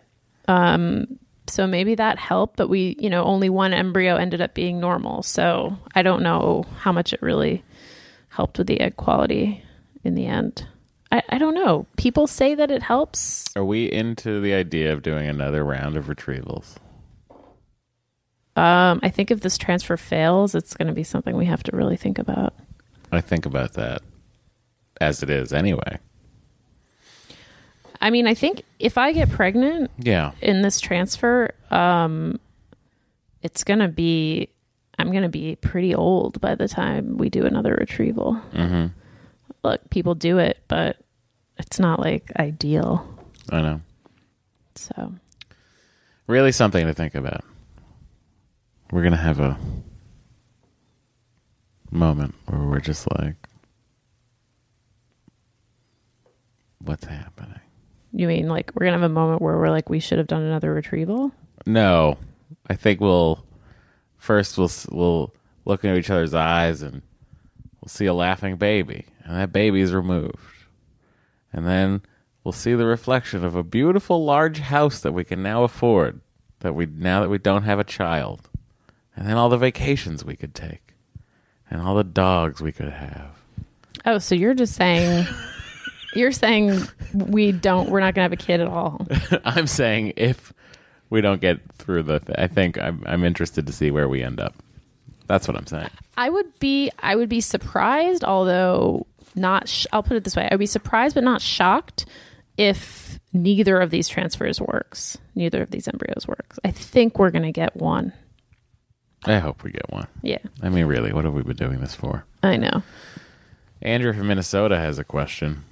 C: Um, so maybe that helped, but we, you know, only one embryo ended up being normal. So I don't know how much it really helped with the egg quality in the end. I, I don't know. People say that it helps.
B: Are we into the idea of doing another round of retrievals?
C: Um, I think if this transfer fails, it's going to be something we have to really think about.
B: I think about that as it is anyway.
C: I mean, I think if I get pregnant,
B: Yeah.
C: in this transfer, um, it's gonna be I'm gonna be pretty old by the time we do another retrieval. Look, people do it, but it's not like ideal.
B: I know.
C: So
B: really something to think about. We're gonna have a moment where we're just like, "What's happening?"
C: you mean like we're gonna have a moment where we're like we should have done another retrieval?
B: No, I think we'll first we'll s- we'll look into each other's eyes and we'll see a laughing baby, and that baby is removed, and then we'll see the reflection of a beautiful large house that we can now afford that we now that we don't have a child, and then all the vacations we could take, and all the dogs we could have.
C: Oh, so you're just saying you're saying we don't we're not gonna have a kid at all.
B: I'm saying if we don't get through the, th- I think I'm I'm interested to see where we end up. That's what I'm saying.
C: I would be I would be surprised, although not. Sh- I'll put it this way: I'd be surprised but not shocked if neither of these transfers works. Neither of these embryos works. I think we're gonna get one.
B: I hope we get one.
C: Yeah,
B: I mean, really, what have we been doing this for?
C: I know.
B: Andrew from Minnesota has a question.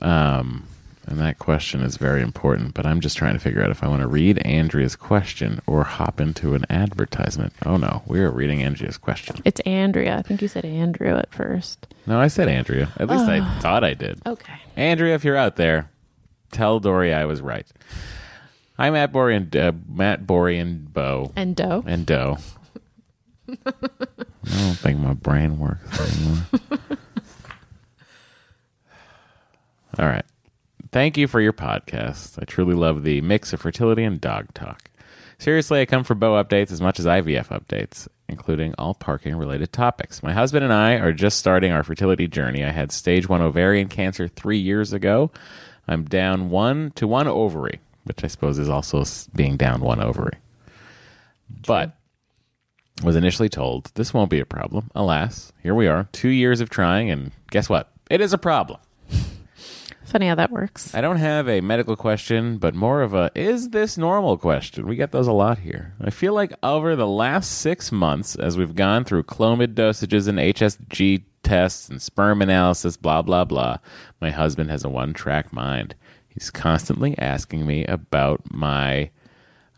B: Um, and that question is very important, but I'm just trying to figure out if I want to read Andrea's question or hop into an advertisement. Oh no, we are reading Andrea's question.
C: It's Andrea. I think you said Andrew at first.
B: No, I said Andrea. At least I thought I did.
C: Okay.
B: Andrea, if you're out there, tell Dory I was right. I'm Matt Bory and uh, Matt Bory and Bo
C: And Doe.
B: and Doe. I don't think my brain works anymore. All right. Thank you for your podcast. I truly love the mix of fertility and dog talk. Seriously, I come for bow updates as much as IVF updates, including all parking related topics. My husband and I are just starting our fertility journey. I had stage 1 ovarian cancer 3 years ago. I'm down 1 to 1 ovary, which I suppose is also s- being down 1 ovary. But was initially told this won't be a problem. Alas, here we are, two years of trying, and guess what? It is a problem.
C: Funny how that works.
B: I don't have a medical question, but more of a is this normal question. We get those a lot here. I feel like over the last six months, as we've gone through Clomid dosages and HSG tests and sperm analysis, blah, blah, blah, my husband has a one track mind. He's constantly asking me about my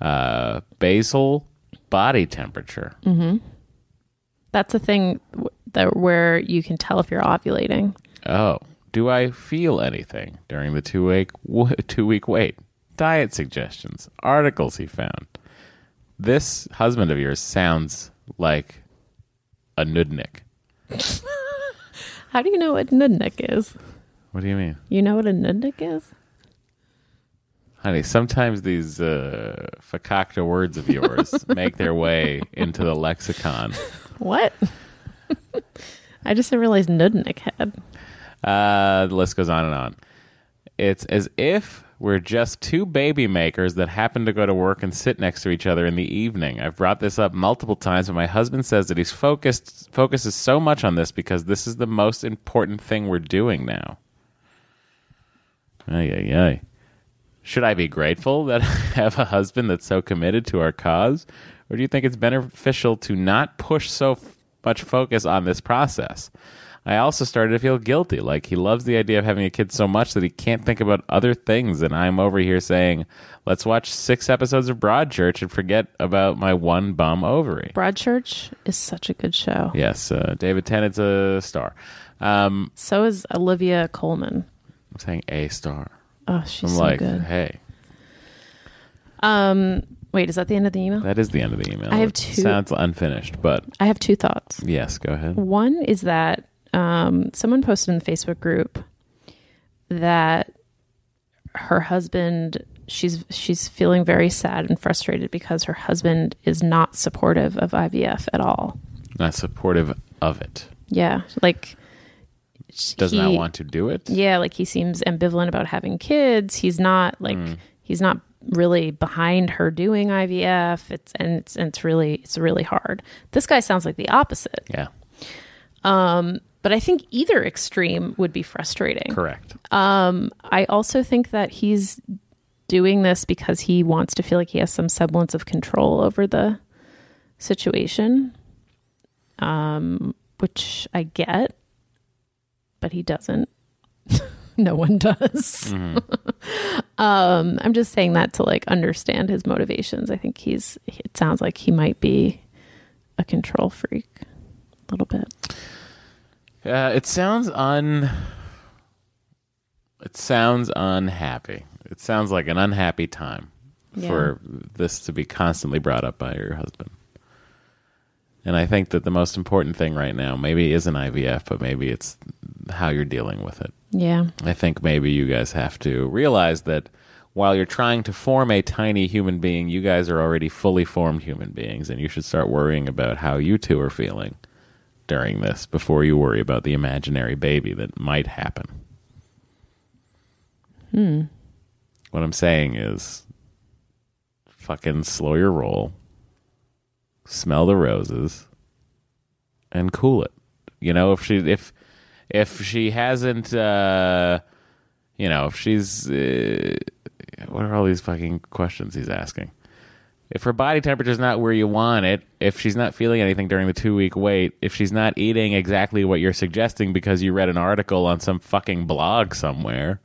B: uh, basal body temperature.
C: That's a thing w- that where you can tell if you're ovulating.
B: Oh, do I feel anything during the two week w- [LAUGHS] two week wait? Diet suggestions, articles he found. This husband of yours sounds like a nudnik.
C: How do you know what nudnik is?
B: What do you mean,
C: You know what a nudnik is?
B: honey? Sometimes these uh, fakakta words of [LAUGHS] yours make their way into the lexicon.
C: What? [LAUGHS] I just didn't realize nudnik had.
B: Uh, the list goes on and on. It's as if we're just two baby makers that happen to go to work and sit next to each other in the evening. I've brought this up multiple times, but my husband says that he's focused focuses so much on this because this is the most important thing we're doing now. Ay, ay, ay. Should I be grateful that [LAUGHS] I have a husband that's so committed to our cause? Or do you think it's beneficial to not push so f- much focus on this process? I also started to feel guilty. Like he loves the idea of having a kid so much that he can't think about other things. And I'm over here saying, let's watch six episodes of Broadchurch and forget about my one bum ovary.
C: Broadchurch is such a good show.
B: Yes, uh, David Tennant's a star. Um,
C: So is Olivia Coleman.
B: I'm saying a star.
C: Oh, she's
B: I'm
C: so
B: like,
C: good. Um,
B: hey,
C: Wait, is that the end of the email?
B: that is the end of the email.
C: I have
B: It
C: two-
B: Sounds unfinished, but
C: I have two thoughts.
B: yes, go ahead.
C: One is that um, someone posted in the Facebook group that her husband she's she's feeling very sad and frustrated because her husband is not supportive of IVF at all.
B: not supportive of it.
C: Yeah, like
B: Does not
C: he-
B: want to do it.
C: Yeah, like he seems ambivalent about having kids. He's not like he's not really behind her doing IVF. It's and it's and it's really it's really hard. This guy sounds like the opposite.
B: Yeah,
C: But I think either extreme would be frustrating.
B: correct.
C: I also think that he's doing this because he wants to feel like he has some semblance of control over the situation, um, which I get, but he doesn't. [LAUGHS] no one does. [LAUGHS] um, I'm just saying that to like understand his motivations. I think he's. It sounds like he might be a control freak a little bit.
B: Uh, it sounds un. It sounds unhappy. It sounds like an unhappy time for this to be constantly brought up by your husband. And I think that the most important thing right now maybe isn't IVF, but maybe it's how you're dealing with it.
C: Yeah.
B: I think maybe you guys have to realize that while you're trying to form a tiny human being, you guys are already fully formed human beings, and you should start worrying about how you two are feeling during this before you worry about the imaginary baby that might happen. Hmm. What I'm saying is fucking slow your roll, smell the roses, and cool it. You know, if she if if she hasn't uh you know if she's uh, what are all these fucking questions he's asking If her body temperature is not where you want it, if she's not feeling anything during the two week wait, if she's not eating exactly what you're suggesting because you read an article on some fucking blog somewhere,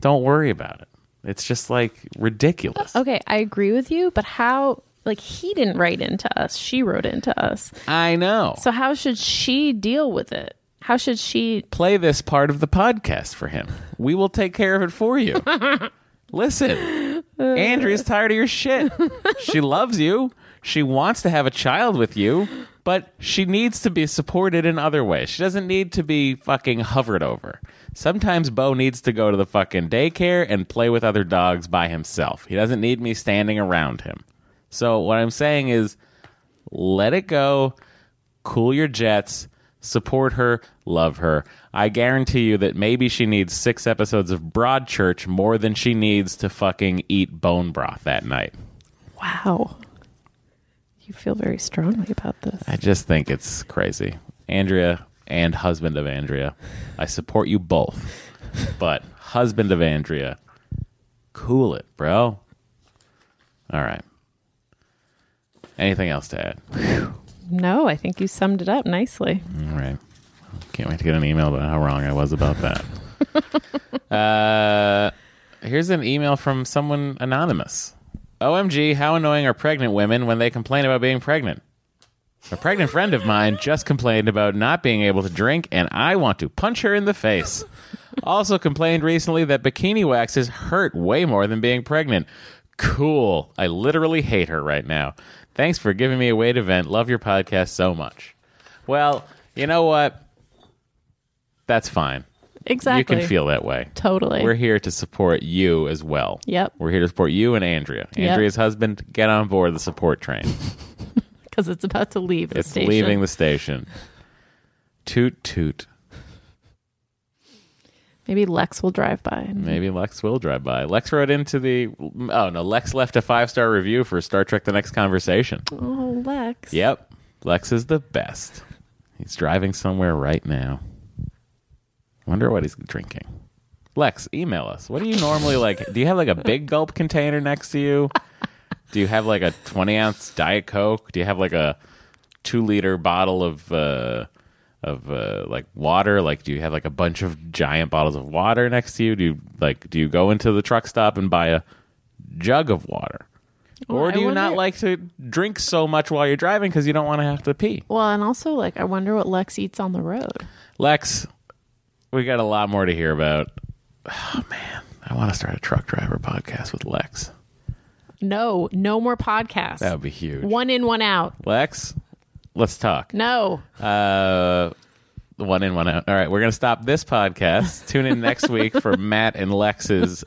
B: don't worry about it. It's just like ridiculous.
C: Okay, I agree with you, but how? Like he didn't write into us; she wrote into us.
B: I know.
C: So how should she deal with it? How should she?
B: play this part of the podcast for him. We will take care of it for you. Listen, Andrea's tired of your shit. She loves you. She wants to have a child with you, but she needs to be supported in other ways. She doesn't need to be fucking hovered over. Sometimes Bo needs to go to the fucking daycare and play with other dogs by himself. He doesn't need me standing around him. So, what I'm saying is, let it go cool your jets, support her, love her. I guarantee you that maybe she needs six episodes of Broadchurch more than she needs to fucking eat bone broth that night.
C: Wow, you feel very strongly about this.
B: I just think it's crazy. Andrea and husband of Andrea, I support you both, but husband of Andrea, cool it, bro. All right. Anything else to add?
C: No, I think you summed it up nicely.
B: All right. Can't wait to get an email about how wrong I was about that. [LAUGHS] uh, here's an email from someone anonymous. OMG, how annoying are pregnant women when they complain about being pregnant? A pregnant friend of mine just complained about not being able to drink, and I want to punch her in the face. Also, complained recently that bikini waxes hurt way more than being pregnant. Cool. I literally hate her right now. Thanks for giving me a way to vent. Love your podcast so much. Well, you know what? That's fine.
C: Exactly.
B: You can feel that way.
C: totally.
B: We're here to support you as well.
C: Yep.
B: We're here to support you and Andrea.
C: Yep.
B: Andrea's husband, get on board the support train.
C: because it's about to leave [LAUGHS] the
B: it's
C: station.
B: leaving the station. Toot toot.
C: Maybe Lex will drive by. And
B: Maybe Lex will drive by. Lex wrote into the. Oh, no. Lex left a five star review for Star Trek The Next Conversation.
C: oh, Lex.
B: Yep. Lex is the best. He's driving somewhere right now. Wonder what he's drinking. Lex, email us. What do you normally like? Do you have like a big gulp container next to you? Do you have like a 20 ounce Diet Coke? Do you have like a two liter bottle of, uh, of uh, like water? Like, do you have like a bunch of giant bottles of water next to you? Do you like, do you go into the truck stop and buy a jug of water? or
C: I
B: do you not
C: wonder-
B: like to drink so much while you're driving because you don't want to have to pee?
C: Well, and also like I wonder what Lex eats on the road.
B: Lex, we got a lot more to hear about. Oh man, I want to start a truck driver podcast with Lex.
C: No, no more podcasts.
B: That would be huge.
C: one in, one out.
B: Lex, let's talk.
C: No.
B: Uh, one in, one out. All right, we're gonna stop this podcast. Tune in next week for Matt and Lex's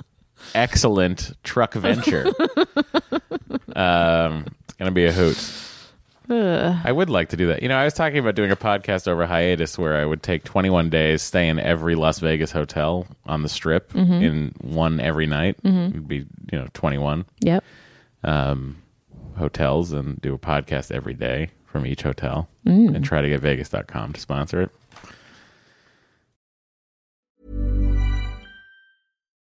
B: excellent truck venture. um, it's gonna be a hoot. I would like to do that. You know, I was talking about doing a podcast over hiatus where I would take 21 days, stay in every Las Vegas hotel on the Strip in one every night. It'd be you know 21
C: Yep.
B: hotels and do a podcast every day from each hotel and try to get vegas.com to sponsor it.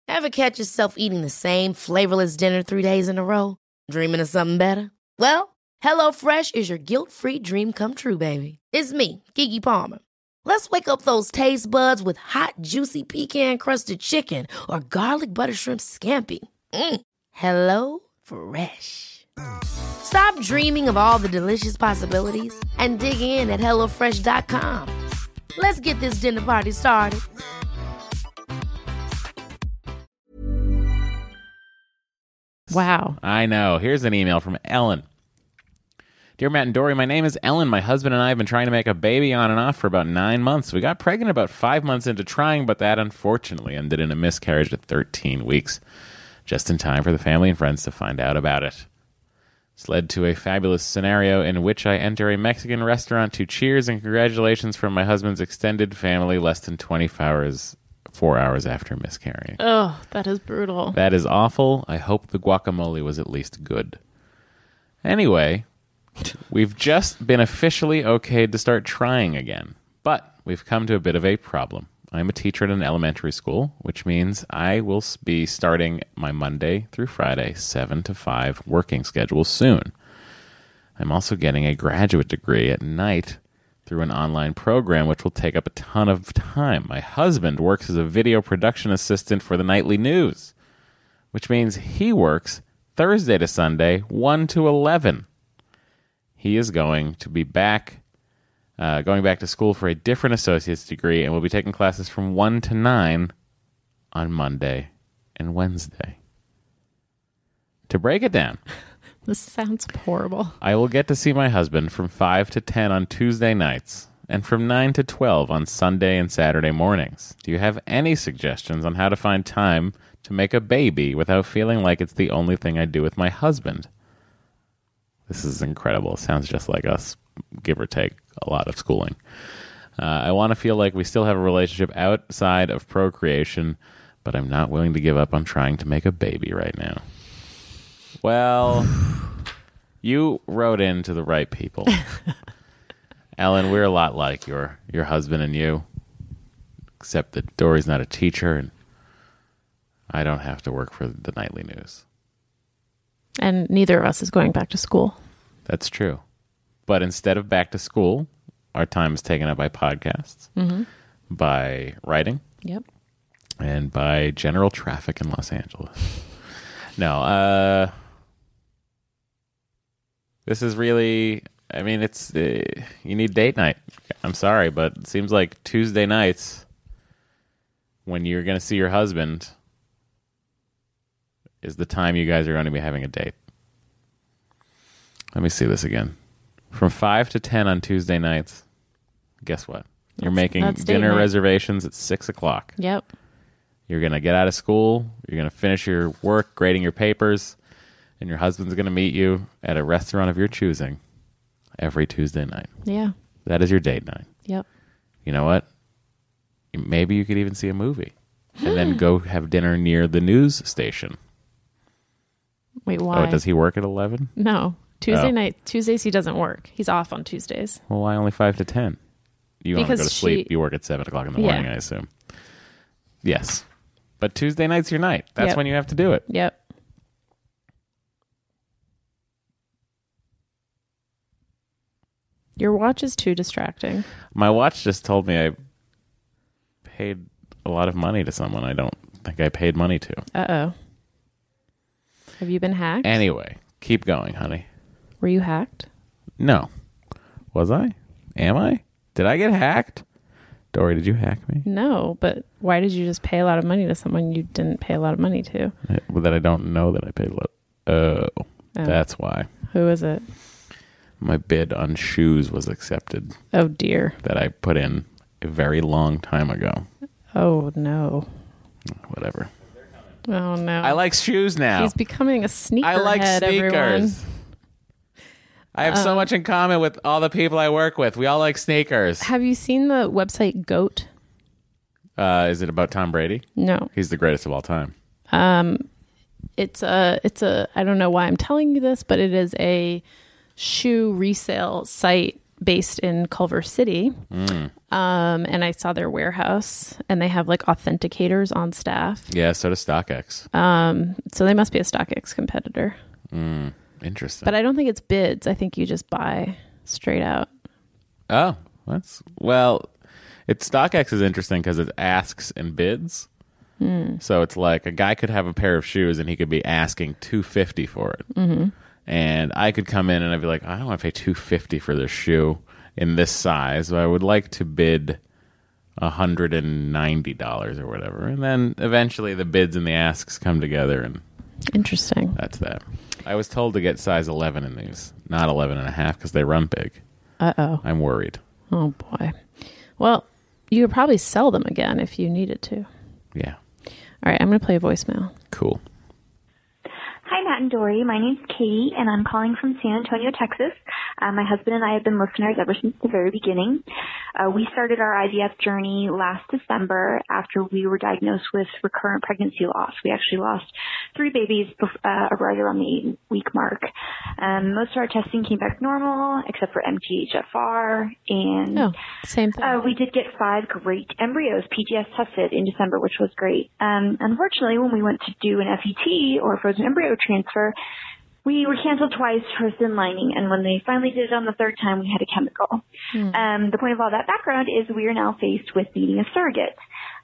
E: Ever catch yourself eating the same flavorless dinner three days in a row? Dreaming of something better? Well, HelloFresh is your guilt free dream come true, baby. It's me, Kiki Palmer. Let's wake up those taste buds with hot, juicy pecan crusted chicken or garlic butter shrimp scampi. Mm. Hello Fresh. Stop dreaming of all the delicious possibilities and dig in at HelloFresh.com. Let's get this dinner party started.
C: Wow.
B: I know. Here's an email from Ellen. Dear Matt and Dory, my name is Ellen. My husband and I have been trying to make a baby on and off for about nine months. We got pregnant about five months into trying, but that unfortunately ended in a miscarriage at 13 weeks, just in time for the family and friends to find out about it. This led to a fabulous scenario in which I enter a Mexican restaurant to cheers and congratulations from my husband's extended family less than 24 hours, four hours after miscarrying.
C: Oh, that is brutal.
B: That is awful. I hope the guacamole was at least good. Anyway, we've just been officially okayed to start trying again, but we've come to a bit of a problem. I'm a teacher at an elementary school, which means I will s- be starting my Monday through Friday, 7 to 5 working schedule soon. I'm also getting a graduate degree at night through an online program, which will take up a ton of time. My husband works as a video production assistant for the nightly news, which means he works Thursday to Sunday, 1 to 11. He is going to be back uh, going back to school for a different associate's degree and will be taking classes from 1 to 9 on Monday and Wednesday. To break it down,
C: This sounds horrible.
B: I will get to see my husband from 5 to 10 on Tuesday nights and from 9 to 12 on Sunday and Saturday mornings. Do you have any suggestions on how to find time to make a baby without feeling like it's the only thing I do with my husband? This is incredible. Sounds just like us, give or take a lot of schooling. Uh, I want to feel like we still have a relationship outside of procreation, but I'm not willing to give up on trying to make a baby right now. Well, you wrote in to the right people. Ellen, we're a lot like your your husband and you, except that Dory's not a teacher and I don't have to work for the nightly news.
C: And neither of us is going back to school.
B: That's true. But instead of back to school, our time is taken up by podcasts, by writing,
C: Yep.
B: and by general traffic in Los Angeles. [LAUGHS] no, uh, this is really. I mean, it's uh, you need date night. I'm sorry, but it seems like Tuesday nights when you're going to see your husband is the time you guys are going to be having a date. Let me see this again. From five to ten on Tuesday nights. Guess what? You're
C: That's-
B: making
C: that's date
B: dinner
C: night.
B: reservations at six o'clock.
C: Yep.
B: You're going to get out of school. You're going to finish your work, grading your papers, and your husband's going to meet you at a restaurant of your choosing every Tuesday night.
C: Yeah.
B: That is your date night.
C: Yep.
B: You know what? Maybe you could even see a movie and
C: Hmm.
B: then go have dinner near the news station.
C: Wait, why?
B: Oh, does he work at 11?
C: No. Tuesday
B: Oh.
C: night. Tuesdays he doesn't work. He's off on Tuesdays.
B: Well, why only 5 to 10? You want to
C: Because
B: go to sleep.
C: she-
B: You work at 7 o'clock in the
C: Yeah.
B: morning, I assume. Yes. But Tuesday night's your night. That's
C: Yep.
B: when you have to do it.
C: Yep. Your watch is too distracting.
B: My watch just told me I paid a lot of money to someone I don't think I paid money to.
C: Uh oh. Have you been hacked?
B: Anyway, keep going, honey.
C: Were you hacked?
B: No. Was I? Am I? Did I get hacked? Dory, did you hack me?
C: No, but why did you just pay a lot of money to someone you didn't pay a lot of money to?
B: I- That I don't know that I paid a lot. Oh,
C: Oh.
B: that's why.
C: Who is it?
B: My bid on shoes was accepted
C: Oh dear.
B: that I put in a very long time ago.
C: Oh no.
B: Whatever.
C: Oh no.
B: I like shoes now.
C: He's becoming a sneakerhead.
B: I like sneakers.
C: Everyone. Uh,
B: I have so much in common with all the people I work with. We all like sneakers.
C: Have you seen the website Goat?
B: Uh, is it about Tom Brady?
C: No.
B: He's the greatest of all time.
C: It's a it's a I don't know why I'm telling you this, but it is a shoe resale site based in Culver City.
B: Mm.
C: Um, and I saw their warehouse and they have like authenticators on staff. Um,
B: Yeah, so does StockX.
C: Uh, So they must be a StockX competitor.
B: Interesting.
C: But I don't think it's bids. I think you just buy straight out.
B: oh, that's well. It's StockX is interesting because it asks and bids. So it's like a guy could have a pair of shoes and he could be asking two fifty for it, and I could come in and I'd be like, I don't want to pay two fifty for this shoe in this size, but I would like to bid hundred and ninety dollars or whatever, and then eventually the bids and the asks come together, and
C: Interesting.
B: that's that. I was told to get size eleven in these, not eleven and a half because they run big.
C: Uh oh.
B: I'm worried.
C: Oh boy. Well, you could probably sell them again if you needed to.
B: Yeah.
C: All right, I'm going to play a voicemail.
B: Cool.
F: Hi, Matt and Dory. My name's Katie, and I'm calling from San Antonio, Texas. Uh, my husband and I have been listeners ever since the very beginning.
D: Uh, we started our IVF journey last December after we were diagnosed with recurrent pregnancy loss. We actually lost three babies bef- uh, right around the eight week mark. Um, most of our testing came back normal, except for MTHFR, and
C: Oh, same thing.
D: Mm. uh, we did get five great embryos PGS tested in December, which was great. Um, unfortunately, when we went to do an FET or frozen embryo transfer, we were canceled twice for thin lining, and when they finally did it on the third time, we had a chemical. Um, the point of all that background is we are now faced with needing a surrogate.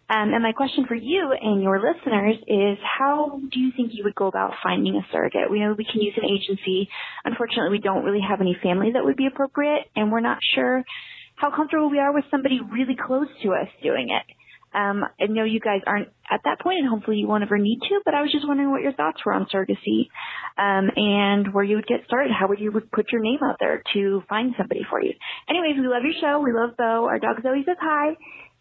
D: Um, and my question for you and your listeners is how do you think you would go about finding a surrogate? We know we can use an agency. Unfortunately, we don't really have any family that would be appropriate, and we're not sure how comfortable we are with somebody really close to us doing it. Um, I know you guys aren't at that point, and hopefully you won't ever need to. But I was just wondering what your thoughts were on surrogacy, um, and where you would get started. How would you would put your name out there to find somebody for you? Anyways, we love your show. We love Bo. Our dog Zoe says hi,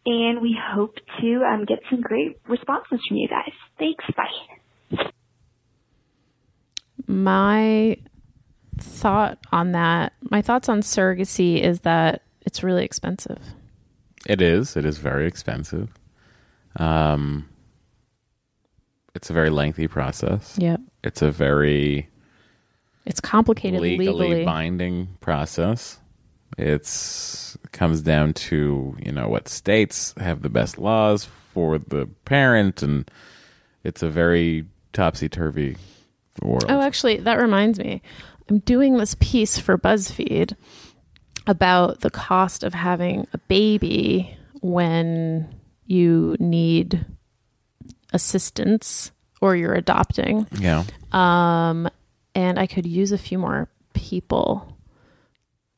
D: and we hope to um, get some great responses from you guys. Thanks. Bye.
C: my thought on that, my thoughts on surrogacy is that it's really expensive.
B: It is. It is very expensive. Um, it's a very lengthy process.
C: Yep.
B: It's a very
C: It's complicated legally.
B: legally, binding process. It's it comes down to you know what states have the best laws for the parent, and it's a very topsy turvy world.
C: Oh, actually, that reminds me. I'm doing this piece for BuzzFeed about the cost of having a baby when you need assistance or you're adopting. Um,
B: yeah,
C: And I could use a few more people,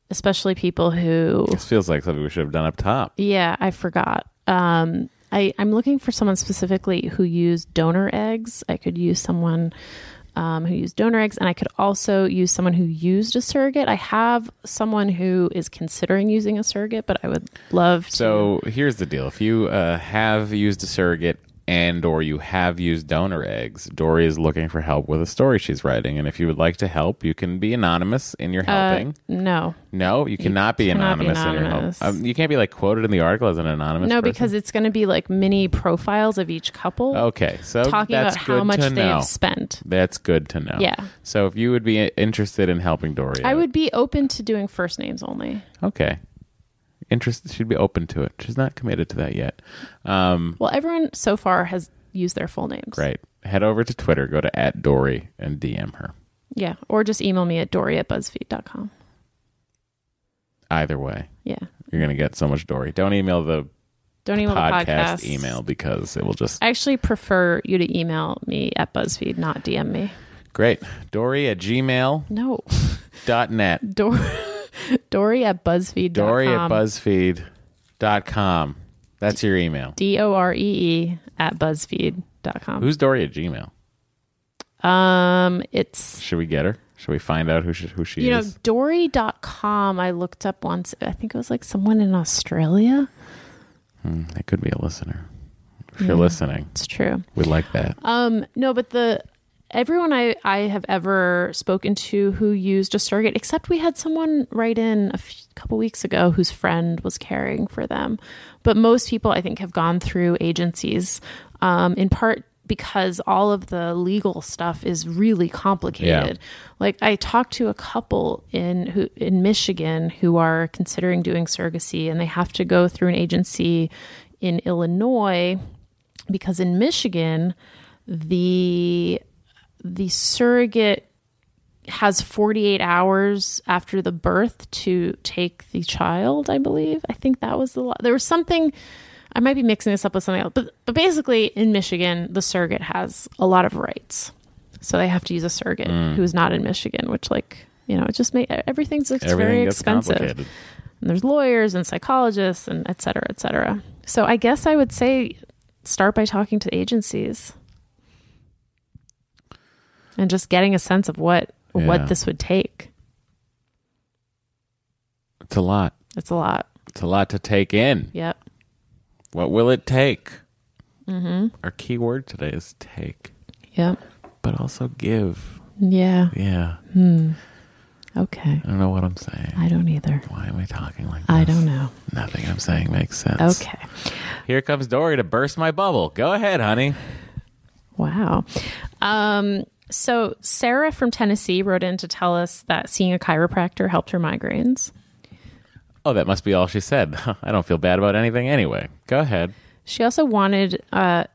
C: especially people who
B: this feels like something we should have done up top.
C: Yeah, I forgot. Um, I, I'm looking for someone specifically who used donor eggs. I could use someone um, who used donor eggs, and I could also use someone who used a surrogate. I have someone who is considering using a surrogate, but I would love to.
B: So here's the deal: if you uh, have used a surrogate and or you have used donor eggs, Dory is looking for help with a story she's writing, and if you would like to help, you can be anonymous in your helping.
C: no,
B: No, you cannot be
C: Uh, cannot be
B: anonymous,
C: anonymous.
B: in your home. Um, you can't be like quoted in the article as an anonymous.
C: no,
B: person.
C: because it's going to be like mini profiles of each couple
B: okay, so
C: talking
B: oh, that's
C: about how
B: good
C: much
B: to
C: they've
B: know.
C: spent.
B: That's good to know.
C: Yeah.
B: So if you would be uh, interested in helping Dory,
C: I
B: out-
C: would be open to doing first names only.
B: Okay. Interest. She'd be open to it. She's not committed to that yet. Um,
C: Well, everyone so far has used their full names.
B: great. Head over to Twitter. Go to at Dory and DM her.
C: Yeah. Or just email me at dory at buzzfeed.com.
B: Either way,
C: Yeah.
B: you're gonna get so much Dory. Don't email the
C: Don't email
B: podcast,
C: the podcast
B: email because it will just
C: I actually prefer you to email me at BuzzFeed, not DM me.
B: great. Dory at gmail
C: No,
B: dot net.
C: [LAUGHS] Dor- [LAUGHS] Dory at BuzzFeed.
B: Dory at BuzzFeed.com. That's your email.
C: D O R E E at BuzzFeed.com.
B: Who's Dory at Gmail?
C: Um, it's
B: Should we get her? Should we find out who she, who she
C: you know
B: is?
C: Dory.com. I looked up once. I think it was like someone in Australia.
B: It could be a listener. If you're listening,
C: It's true.
B: we like that.
C: Um, No, but the everyone I I have ever spoken to who used a surrogate, except we had someone write in a f- couple weeks ago whose friend was caring for them. But most people, I think, have gone through agencies, um, in part because all of the legal stuff is really complicated. Like I talked to a couple in who in Michigan who are considering doing surrogacy, and they have to go through an agency in Illinois because in Michigan the the surrogate has 48 hours after the birth to take the child i believe i think that was the law there was something i might be mixing this up with something else but, but basically in michigan the surrogate has a lot of rights so they have to use a surrogate
B: Mm.
C: who is not in michigan which like you know it just made everything's it's very
B: Everything gets
C: expensive
B: complicated.
C: and there's lawyers and psychologists and et cetera, et cetera. So I guess I would say start by talking to agencies and just getting a sense of what
B: Yeah.
C: what this would take.
B: It's a lot.
C: It's a lot.
B: It's a lot to take in.
C: Yep.
B: What will it take? Mm-hmm. Our key word today is take,
C: Yep.
B: but also give.
C: Yeah. Hmm.
B: Yeah.
C: Okay.
B: I don't know what I'm saying.
C: I don't either.
B: Why am I talking like this?
C: I don't know.
B: Nothing I'm saying makes sense.
C: Okay.
B: Here comes Dory to burst my bubble. Go ahead, honey.
C: Wow. Um, so Sarah from Tennessee wrote in to tell us that seeing a chiropractor helped her migraines.
B: Oh, that must be all she said. [LAUGHS] I don't feel bad about anything anyway. Go ahead.
C: She also wanted uh,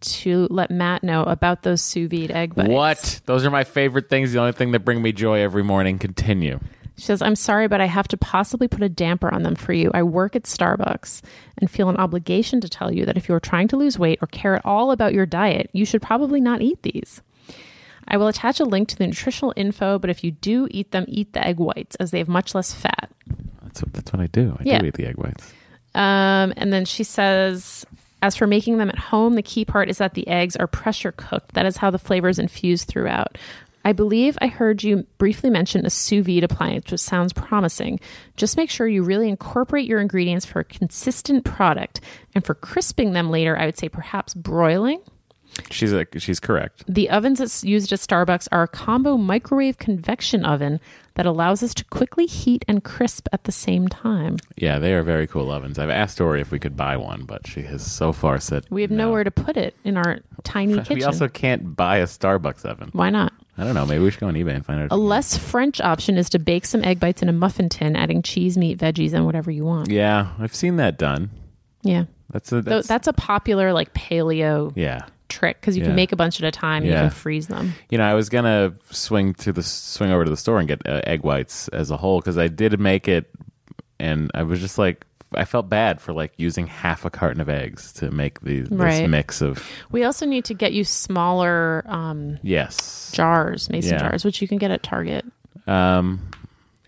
C: to let Matt know about those sous vide egg bites.
B: What? Those are my favorite things. The only thing that bring me joy every morning. Continue.
C: She says, I'm sorry, but I have to possibly put a damper on them for you. I work at Starbucks and feel an obligation to tell you that if you are trying to lose weight or care at all about your diet, you should probably not eat these. I will attach a link to the nutritional info, but if you do eat them, eat the egg whites as they have much less fat.
B: That's what, that's what I do. I
C: Yeah.
B: do eat the egg whites.
C: Um, and then she says, as for making them at home, the key part is that the eggs are pressure cooked. That is how the flavors infuse throughout. I believe I heard you briefly mention a sous vide appliance, which sounds promising. Just make sure you really incorporate your ingredients for a consistent product. And for crisping them later, I would say perhaps broiling.
B: She's like she's correct.
C: The ovens that's used at Starbucks are a combo microwave convection oven that allows us to quickly heat and crisp at the same time.
B: Yeah, they are very cool ovens. I've asked Dory if we could buy one, but she has so far said
C: We have nowhere to put it in our tiny kitchen.
B: [LAUGHS] We also can't buy a Starbucks oven.
C: Why not?
B: I don't know. Maybe we should go on eBay and find out.
C: A less French option is to bake some egg bites in a muffin tin, adding cheese, meat, veggies, and whatever you want.
B: yeah, I've seen that done.
C: Yeah.
B: That's a
C: Though
B: that's,
C: that's a popular like paleo
B: yeah.
C: trick because you
B: Yeah.
C: can make a bunch at a time. and
B: Yeah.
C: You can freeze them.
B: You know, I was gonna swing to the swing over to the store and get uh, egg whites as a whole because I did make it, and I was just like, I felt bad for like using half a carton of eggs to make the, this
C: Right.
B: mix of
C: We also need to get you smaller um,
B: yes.
C: jars, mason
B: Yeah.
C: jars, which you can get at Target.
B: Um,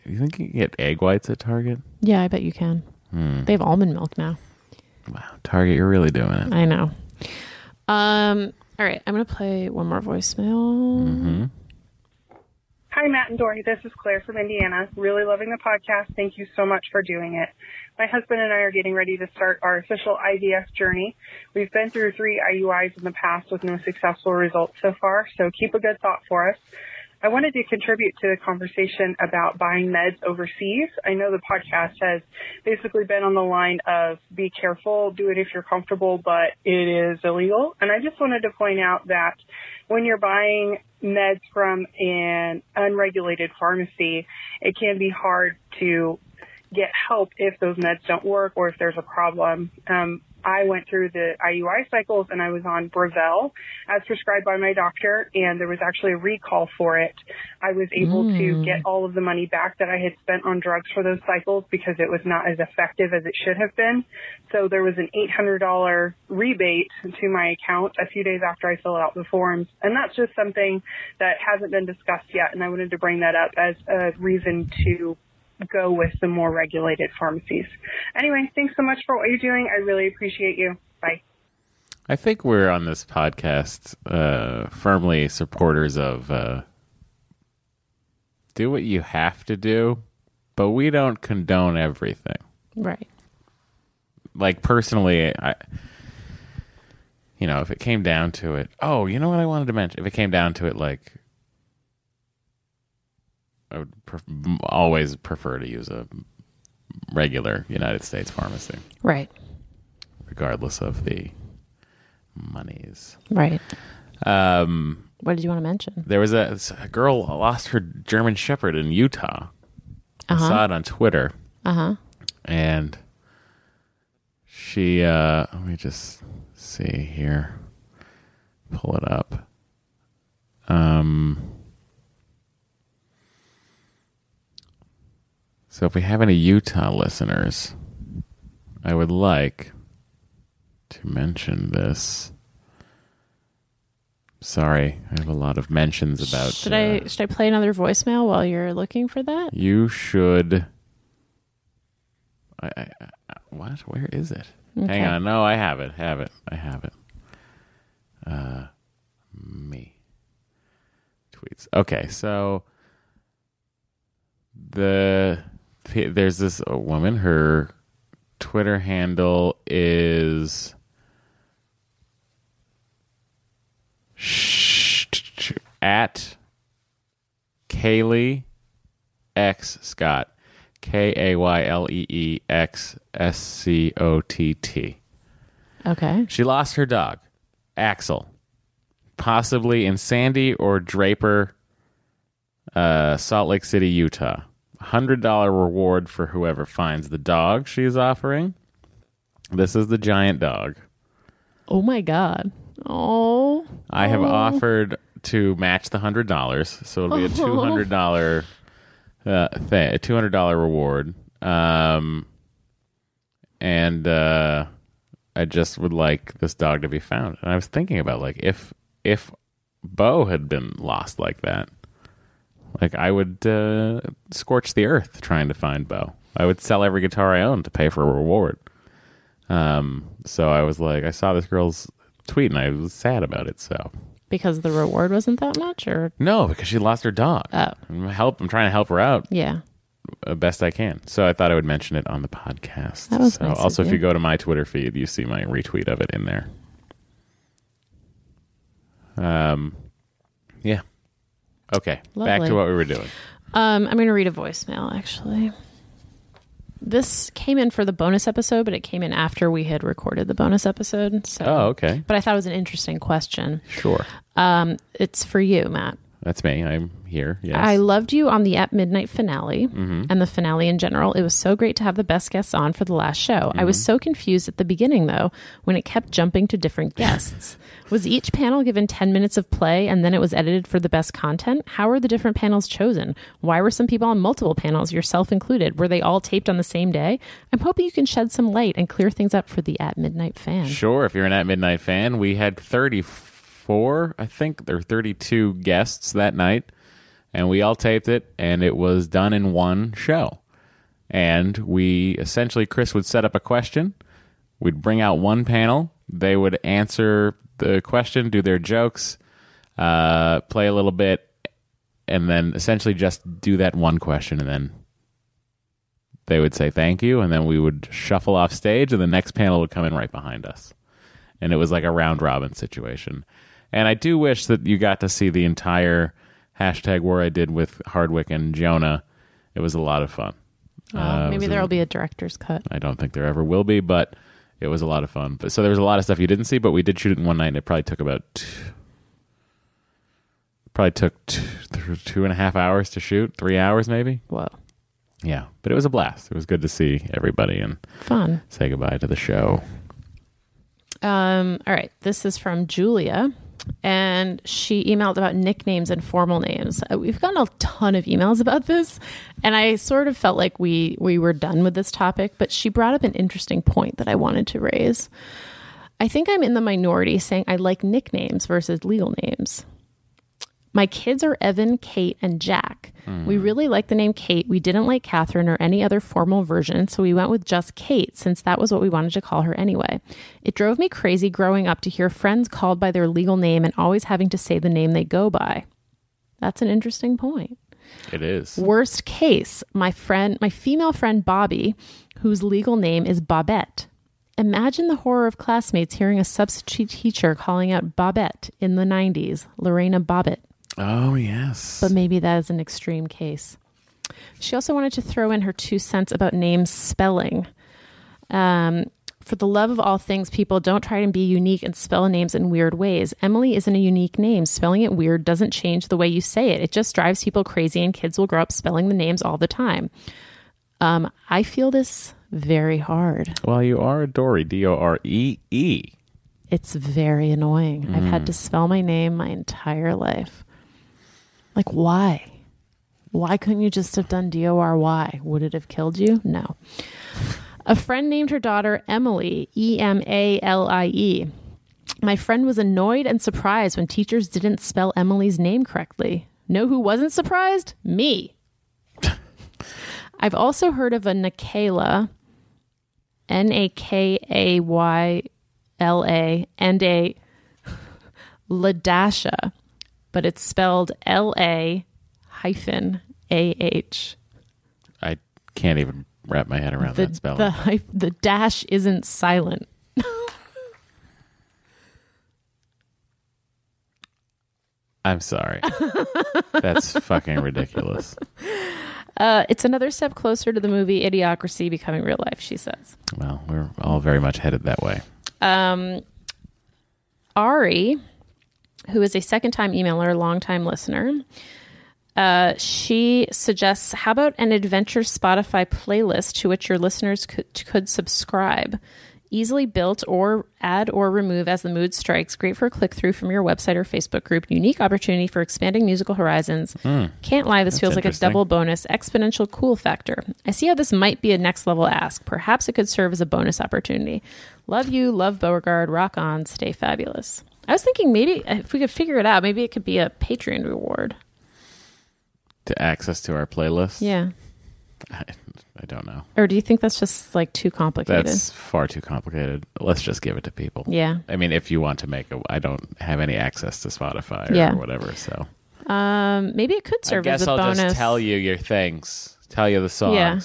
B: you think you can get egg whites at Target?
C: Yeah, I bet you can.
B: Hmm.
C: They have almond milk now.
B: Wow, Target, you're really doing it.
C: I know. Um, all right, I'm gonna play one more voicemail.
B: Mm-hmm.
D: Hi, Matt and Dory. This is Claire from Indiana. Really loving the podcast. Thank you so much for doing it. My husband and I are getting ready to start our official IVF journey. We've been through three IUIs in the past with no successful results so far, so keep a good thought for us. I wanted to contribute to the conversation about buying meds overseas. I know the podcast has basically been on the line of be careful, do it if you're comfortable, but it is illegal. And I just wanted to point out that when you're buying meds from an unregulated pharmacy, it can be hard to get help if those meds don't work or if there's a problem. Um, I went through the IUI cycles and I was on Breville as prescribed by my doctor, and there was actually a recall for it. I was able to get all of the money back that I had spent on drugs for those cycles because it was not as effective as it should have been. So there was an $800 rebate to my account a few days after I filled out the forms. And that's just something that hasn't been discussed yet, and I wanted to bring that up as a reason to go with the more regulated pharmacies. Anyway, thanks so much for what you're doing. I really appreciate you. Bye.
B: I think we're on this podcast uh, firmly supporters of uh, do what you have to do, but we don't condone everything.
C: Right.
B: Like personally, I you know if it came down to it. Oh, you know what I wanted to mention. If it came down to it, like I would pref- always prefer to use a regular United States pharmacy,
C: Right.
B: regardless of the monies.
C: Right.
B: Um,
C: What did you want to mention?
B: there was a, a girl lost her German Shepherd in Utah. I
C: Uh-huh.
B: saw it on Twitter,
C: Uh huh.
B: and she. Uh, let me just see here. Pull it up. Um. So, if we have any Utah listeners, I would like to mention this. Sorry, I have a lot of mentions about.
C: Should
B: uh,
C: I should I play another voicemail while you're looking for that?
B: you should. I, I, I, what? Where is it?
C: Okay.
B: Hang on. No, I have it. Have it. I have it. Uh, me. Tweets. Okay, so the there's this woman. Her Twitter handle is. At Kaylee X Scott. K A Y L E E X S C O T T.
C: Okay.
B: She lost her dog, Axel, possibly in Sandy or Draper, uh, Salt Lake City, Utah. $100 reward for whoever finds the dog she is offering. This is the giant dog.
C: Oh my god. Oh.
B: I have
C: Oh.
B: offered to match the hundred dollars, so it'll be a
C: Oh.
B: two hundred dollar uh, thing, a two hundred dollar reward. Um, and uh, I just would like this dog to be found. And I was thinking about like if if Bo had been lost like that, like I would uh, scorch the earth trying to find Bo. I would sell every guitar I own to pay for a reward. Um, so I was like, I saw this girl's tweet and I was sad about it. So
C: Because the reward wasn't that much or
B: no, because she lost her dog.
C: Oh.
B: I'm help. I'm trying to help her out.
C: Yeah.
B: uh, best I can. So I thought I would mention it on the podcast.
C: That was
B: so
C: nice of
B: also, if
C: you.
B: you go to my Twitter feed, you see my retweet of it in there. Um, yeah. Okay, back
C: Lovely.
B: to what we were doing.
C: Um, I'm going to read a voicemail actually. This came in for the bonus episode, but it came in after we had recorded the bonus episode. So,
B: Oh, okay.
C: But I thought it was an interesting question.
B: Sure,
C: Um, it's for you, Matt.
B: that's me. I'm here. Yes.
C: I loved you on the At Midnight finale
B: Mhm.
C: and the finale in general. It was so great to have the best guests on for the last show. I
B: Mm-hmm.
C: was so confused at the beginning, though, when it kept jumping to
B: [LAUGHS]
C: different guests. was each panel given 10 minutes of play and then it was edited for the best content? How were the different panels chosen? Why were some people on multiple panels, yourself included? Were they all taped on the same day? I'm hoping you can shed some light and clear things up for the At Midnight fan.
B: Sure. If you're an At Midnight fan, we had 34, I think, there were 32 guests that night, and we all taped it, and it was done in one show. And we essentially, Chris would set up a question. We'd bring out one panel. They would answer the question, do their jokes, uh, play a little bit, and then essentially just do that one question, and then they would say thank you, and then we would shuffle off stage, and the next panel would come in right behind us. And it was like a round robin situation. And I do wish that you got to see the entire hashtag war I did with Hardwick and Jonah. It was a lot of fun.
C: Oh,
B: Uh, it
C: maybe
B: was
C: there
B: a-
C: will be a director's cut.
B: I don't think there ever will be, but it was a lot of fun. But so there was a lot of stuff you didn't see, but we did shoot it in one night. And it probably took about t- probably took t- th- two and a half hours to shoot, three hours maybe.
C: Whoa,
B: yeah, but it was a blast. It was good to see everybody and
C: Fun.
B: say goodbye to the show.
C: Um, all right. This is from Julia, and she emailed about nicknames and formal names. Uh, We've gotten a ton of emails about this, and I sort of felt like we we were done with this topic, but she brought up an interesting point that I wanted to raise. I think I'm in the minority saying I like nicknames versus legal names. My kids are Evan, Kate, and Jack. We really like the name Kate. We didn't like Catherine or any other formal version, so we went with just Kate since that was what we wanted to call her anyway. It drove me crazy growing up to hear friends called by their legal name and always having to say the name they go by. That's an interesting point.
B: It is.
C: Worst case, my friend, my female friend Bobby, whose legal name is Bobette. Imagine the horror of classmates hearing a substitute teacher calling out Bobette in the 90s, Lorena Bobbitt.
B: Oh yes.
C: But maybe that is an extreme case. She also wanted to throw in her two cents about names spelling. Um, for the love of all things, people don't try to be unique and spell names in weird ways. Emily isn't a unique name. Spelling it weird doesn't change the way you say it. It just drives people crazy, and kids will grow up spelling the names all the time. Um, I feel this very hard.
B: Well, you are a Dory, D O R E E.
C: It's very annoying. I've
B: Mm.
C: had to spell my name my entire life. Like, why? Why couldn't you just have done D O R Y? Would it have killed you? No. A friend named her daughter Emily, E M A L I E. My friend was annoyed and surprised when teachers didn't spell Emily's name correctly. Know who wasn't surprised? Me. [LAUGHS] I've also heard of a Nikayla, N A K A Y L A, and a Ladasha, but it's spelled L A hyphen A H.
B: I can't even wrap my head around
C: The,
B: that spelling.
C: the, hy- the dash isn't silent. [LAUGHS]
B: I'm sorry. That's fucking ridiculous.
C: Uh, it's another step closer to the movie Idiocracy becoming real life, she says.
B: Well, we're all very much headed that way.
C: Um, Ari, who is a second time emailer, long time listener, uh, she suggests how about an adventure Spotify playlist to which your listeners could, could subscribe? Easily built or add or remove as the mood strikes. Great for a click through from your website or Facebook group. Unique opportunity for expanding musical horizons.
G: Hmm.
C: Can't lie, this
G: That's
C: feels like a
G: interesting.
C: double bonus exponential cool factor. I see how this might be a next level ask. Perhaps it could serve as a bonus opportunity. Love you, love Beauregard, rock on, stay fabulous. I was thinking maybe if we could figure it out, maybe it could be a Patreon reward.
B: To access to our playlist?
C: Yeah.
B: I, I don't know.
C: Or do you think that's just like too complicated?
B: That's far too complicated. Let's just give it to people.
C: Yeah.
B: I mean, if you want to make a, I don't have any access to Spotify or
C: Yeah.
B: whatever. So
C: um, maybe it could serve
B: I guess
C: as a
B: I'll
C: bonus.
B: just tell you your things, tell you the songs.
C: Yeah.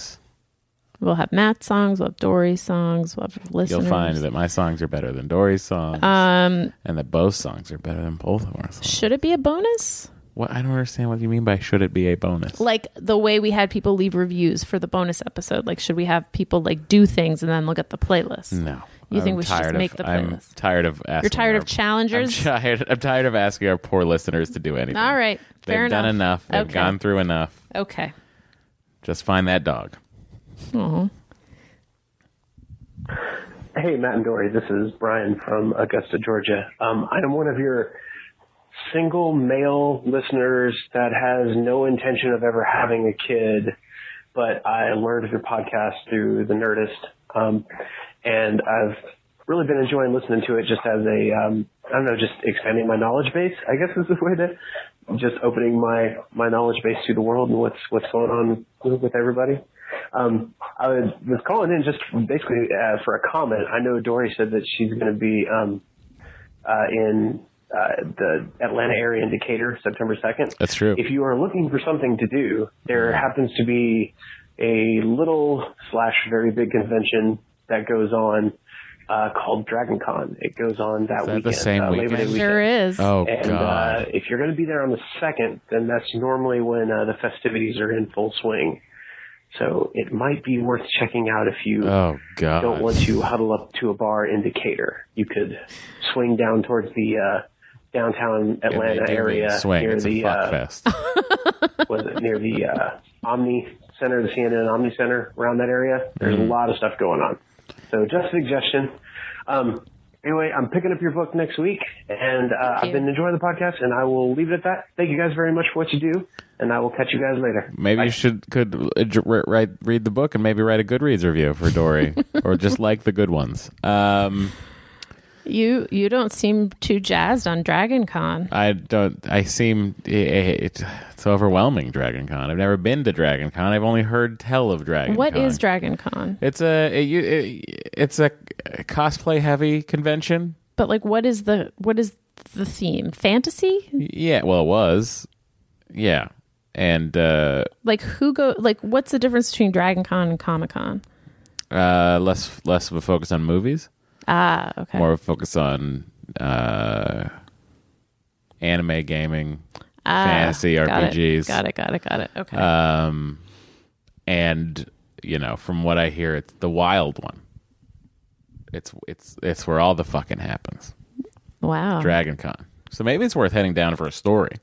C: We'll have Matt's songs, we'll have Dory's songs, we'll have listeners.
B: You'll find that my songs are better than Dory's songs,
C: Um,
B: and that both songs are better than both of our songs.
C: should it be a bonus?
B: What I don't understand what you mean by should it be a bonus?
C: like the way we had people leave reviews for the bonus episode. Like, should we have people like do things and then look at the playlist?
B: No,
C: you
B: I'm
C: think we should
B: tired
C: just
B: of-
C: make the
B: I'm
C: playlist?
B: tired of asking.
C: You're tired
B: our- [LAUGHS]
C: of challengers.
B: I'm tired, I'm tired of asking our poor listeners to do anything.
C: All right,
B: They've
C: fair
B: done
C: enough.
B: enough. They've
C: Okay.
B: gone through enough.
C: Okay.
B: Just find that dog.
C: Aw.
D: Hey, Matt and Dory, this is Brian from Augusta, Georgia. Um, I am one of your single male listeners that has no intention of ever having a kid, but I learned of your podcast through The Nerdist, um, and I've really been enjoying listening to it just as a, um, I don't know, just expanding my knowledge base, I guess is the way to just opening my, my knowledge base to the world and what's, what's going on with everybody. Um, I was, was calling in just basically uh, for a comment. I know Dory said that she's going to be um, uh, in uh, the Atlanta area in Decatur September 2nd.
B: That's true.
D: If you are looking for something to do, there happens to be a little slash very big convention that goes on uh, called Dragon Con. It goes on that,
B: Is that
D: weekend.
B: the same
D: uh, Labor Day
B: weekend?
D: weekend.
B: Sure is. Oh,
D: and,
B: God.
D: Uh, if you're going to be there on the 2nd, then that's normally when uh, the festivities are in full swing. So it might be worth checking out if you
B: Oh God!
D: don't want to huddle up to a bar in Decatur. You could swing down towards the uh, downtown
B: they
D: Atlanta
B: do mean
D: area
B: swing.
D: near
B: It's a
D: the
B: fuck
D: uh,
B: fest.
D: was it near the uh, Omni Center, the CNN Omni Center around that area. There's
B: Mhm.
D: a lot of stuff going on. So just a suggestion. Um, anyway, I'm picking up your book next week, and uh, I've been enjoying the podcast, and I will leave it at that. Thank you guys very much for what you do, and I will catch you guys later.
B: Maybe you should could uh, j- ri- write read the book and maybe write a Goodreads review for
C: [LAUGHS]
B: Dory, or just like the good ones. Um,
C: You you don't seem too jazzed on Dragon Con.
B: I don't. I seem it, it, it's overwhelming. Dragon Con. I've never been to Dragon Con. I've only heard tell of
C: What
B: Dragon.
C: is
B: Con.
C: Dragon Con?
B: It's a it, you- it, it's a cosplay heavy convention.
C: But like, what is the what is the theme? Fantasy?
B: Yeah. Well, it was. Yeah. And uh,
C: Like who go? Like what's the difference between Dragon Con and Comic Con?
B: uh, less less of a focus on movies.
C: Ah, okay.
B: More of a focus on uh, anime, gaming,
C: Ah,
B: fantasy,
C: got it,
B: RPGs.
C: got it, got it, got it. Okay.
B: Um, and you know, from what I hear, it's the wild one. It's it's it's where all the fucking happens.
C: Wow.
B: Dragon Con. So maybe it's worth heading down for a story.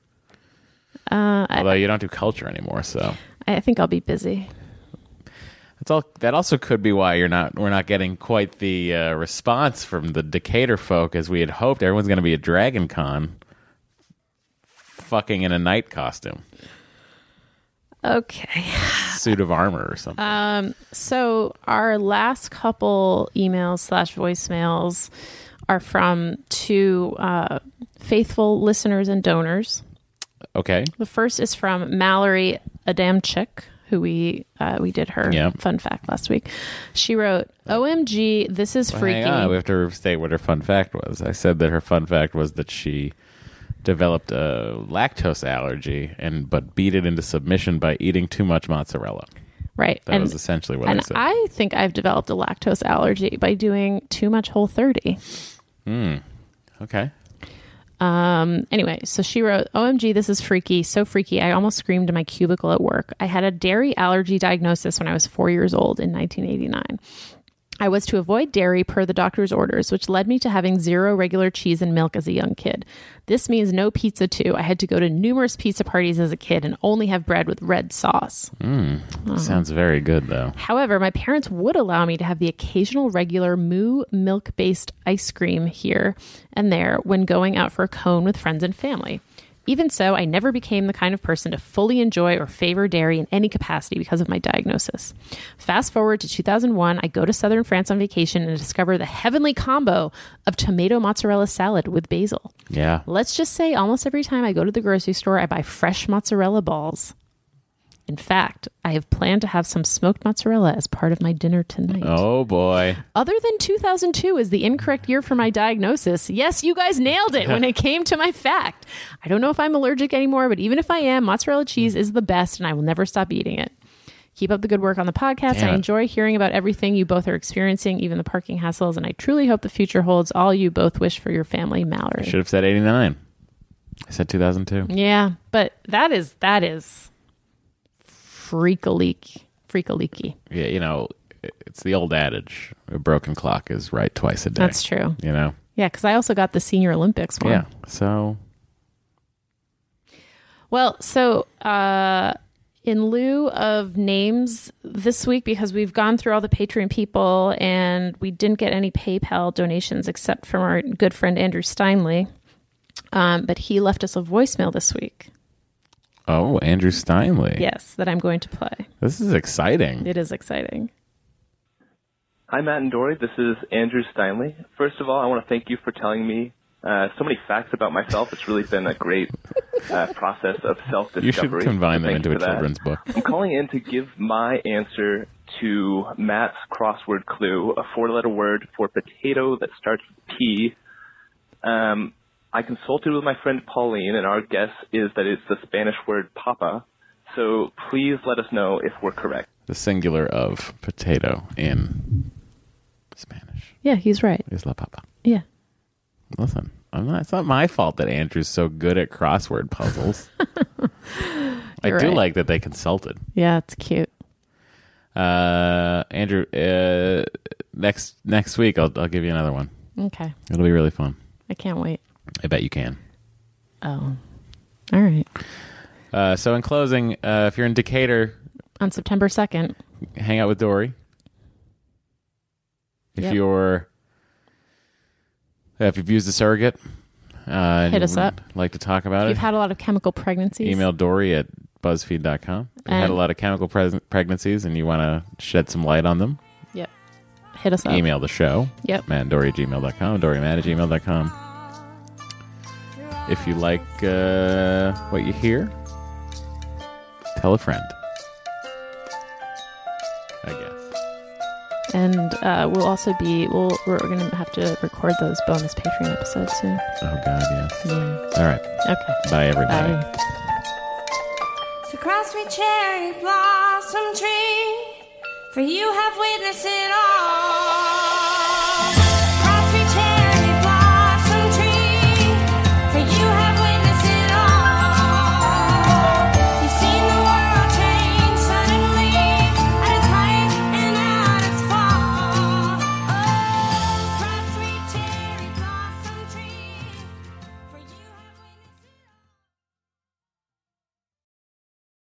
C: Uh, I,
B: Although you don't do culture anymore, so
C: I think I'll be busy.
B: That's all. That also could be why you're not. We're not getting quite the uh, response from the Decatur folk as we had hoped. Everyone's going to be at Dragon Con, fucking in a knight costume,
C: Okay.
B: suit of armor or something.
C: Um, so our last couple emails slash voicemails are from two uh, faithful listeners and donors.
B: Okay.
C: The first is from Mallory Adamczyk, who we uh, we did her
B: Yeah.
C: fun fact last week. She wrote, "OMG, this is
B: Well,
C: freaky."
B: Hang on. uh, We have to state what her fun fact was. I said that her fun fact was that she developed a lactose allergy and but beat it into submission by eating too much mozzarella.
C: Right.
B: That was essentially what I
C: and
B: said.
C: I think I've developed a lactose allergy by doing too much Whole 30.
B: Hmm. Okay.
C: Um, anyway, so she wrote, OMG, this is freaky. So freaky. I almost screamed in my cubicle at work. I had a dairy allergy diagnosis when I was four years old in 1989. I was to avoid dairy per the doctor's orders, which led me to having zero regular cheese and milk as a young kid. This means no pizza, too. I had to go to numerous pizza parties as a kid and only have bread with red sauce.
B: Mm,
C: Oh.
B: Sounds very good, though.
C: However, my parents would allow me to have the occasional regular moo milk based ice cream here and there when going out for a cone with friends and family. Even so, I never became the kind of person to fully enjoy or favor dairy in any capacity because of my diagnosis. Fast forward to 2001, I go to southern France on vacation and discover the heavenly combo of tomato mozzarella salad with basil.
B: Yeah.
C: Let's just say almost every time I go to the grocery store, I buy fresh mozzarella balls. In fact, I have planned to have some smoked mozzarella as part of my dinner tonight.
B: Oh, boy.
C: Other than 2002 is the incorrect year for my diagnosis. Yes, you guys nailed it
B: [LAUGHS]
C: when it came to my fact. I don't know if I'm allergic anymore, but even if I am, mozzarella cheese is the best and I will never stop eating it. Keep up the good work on the podcast.
B: Damn
C: I
B: it.
C: enjoy hearing about everything you both are experiencing, even the parking hassles, and I truly hope the future holds all you both wish for your family,
B: I
C: Mallory.
B: should have said 89. I said 2002.
C: Yeah, but that is that is freakaleak, freakaleaky.
B: Yeah, you know, it's the old adage a broken clock is right twice a day.
C: That's true.
B: You know?
C: Yeah, because I also got the senior Olympics one.
B: Yeah. So,
C: Well, so uh, in lieu of names this week, because we've gone through all the Patreon people and we didn't get any PayPal donations except from our good friend Andrew Steinley, um, but he left us a voicemail this week.
B: oh, Andrew Steinley.
C: Yes, that I'm going to play.
B: This is exciting.
C: It is exciting.
H: Hi, Matt and Dory. This is Andrew Steinley. First of all, I want to thank you for telling me uh, so many facts about myself. It's really been a great uh, process of self-discovery.
B: You should combine them
H: Thank
B: into
H: you
B: a
H: for that.
B: children's book.
H: I'm calling in to give my answer to Matt's crossword clue, a four-letter word for potato that starts with P. Um, I consulted with my friend Pauline, and our guess is that it's the Spanish word papa. So please let us know if we're correct.
B: The singular of potato in
C: Yeah, he's right.
B: is La Papa.
C: Yeah.
B: Listen, I'm not, it's not my fault that Andrew's so good at crossword
C: [LAUGHS]
B: puzzles. I do
C: You're right.
B: like that they consulted.
C: Yeah, it's cute.
B: Uh, Andrew, uh, next next week I'll I'll give you another one.
C: Okay.
B: It'll be really fun.
C: I can't wait.
B: I bet you can.
C: Oh. All right.
B: Uh, so in closing, uh, if you're in Decatur,
C: On September 2nd.
B: hang out with Dory. If
C: Yep.
B: you're if you've used the surrogate, uh, and
C: Hit
B: you
C: us
B: would
C: up.
B: Like to talk about
C: You've
B: it.
C: had a lot of chemical pregnancies.
B: Email Dory at buzzfeed.com. If you had
C: And-
B: a lot of chemical pres- pregnancies and you want to shed some light on them,
C: Yep. Hit us up.
B: email the show.
C: Yep.
B: Matt and Dory at gmail.com, Dory Matt at gmail.com. If you like uh, what you hear, tell a friend. I guess.
C: And uh, we'll also be, we'll, we're going to have to record those bonus Patreon episodes soon.
B: Oh, God, yes.
C: Yeah.
B: All right.
C: Okay.
B: Bye, everybody.
C: Bye.
I: So cross me cherry blossom tree, for you have witnesses
J: Oh,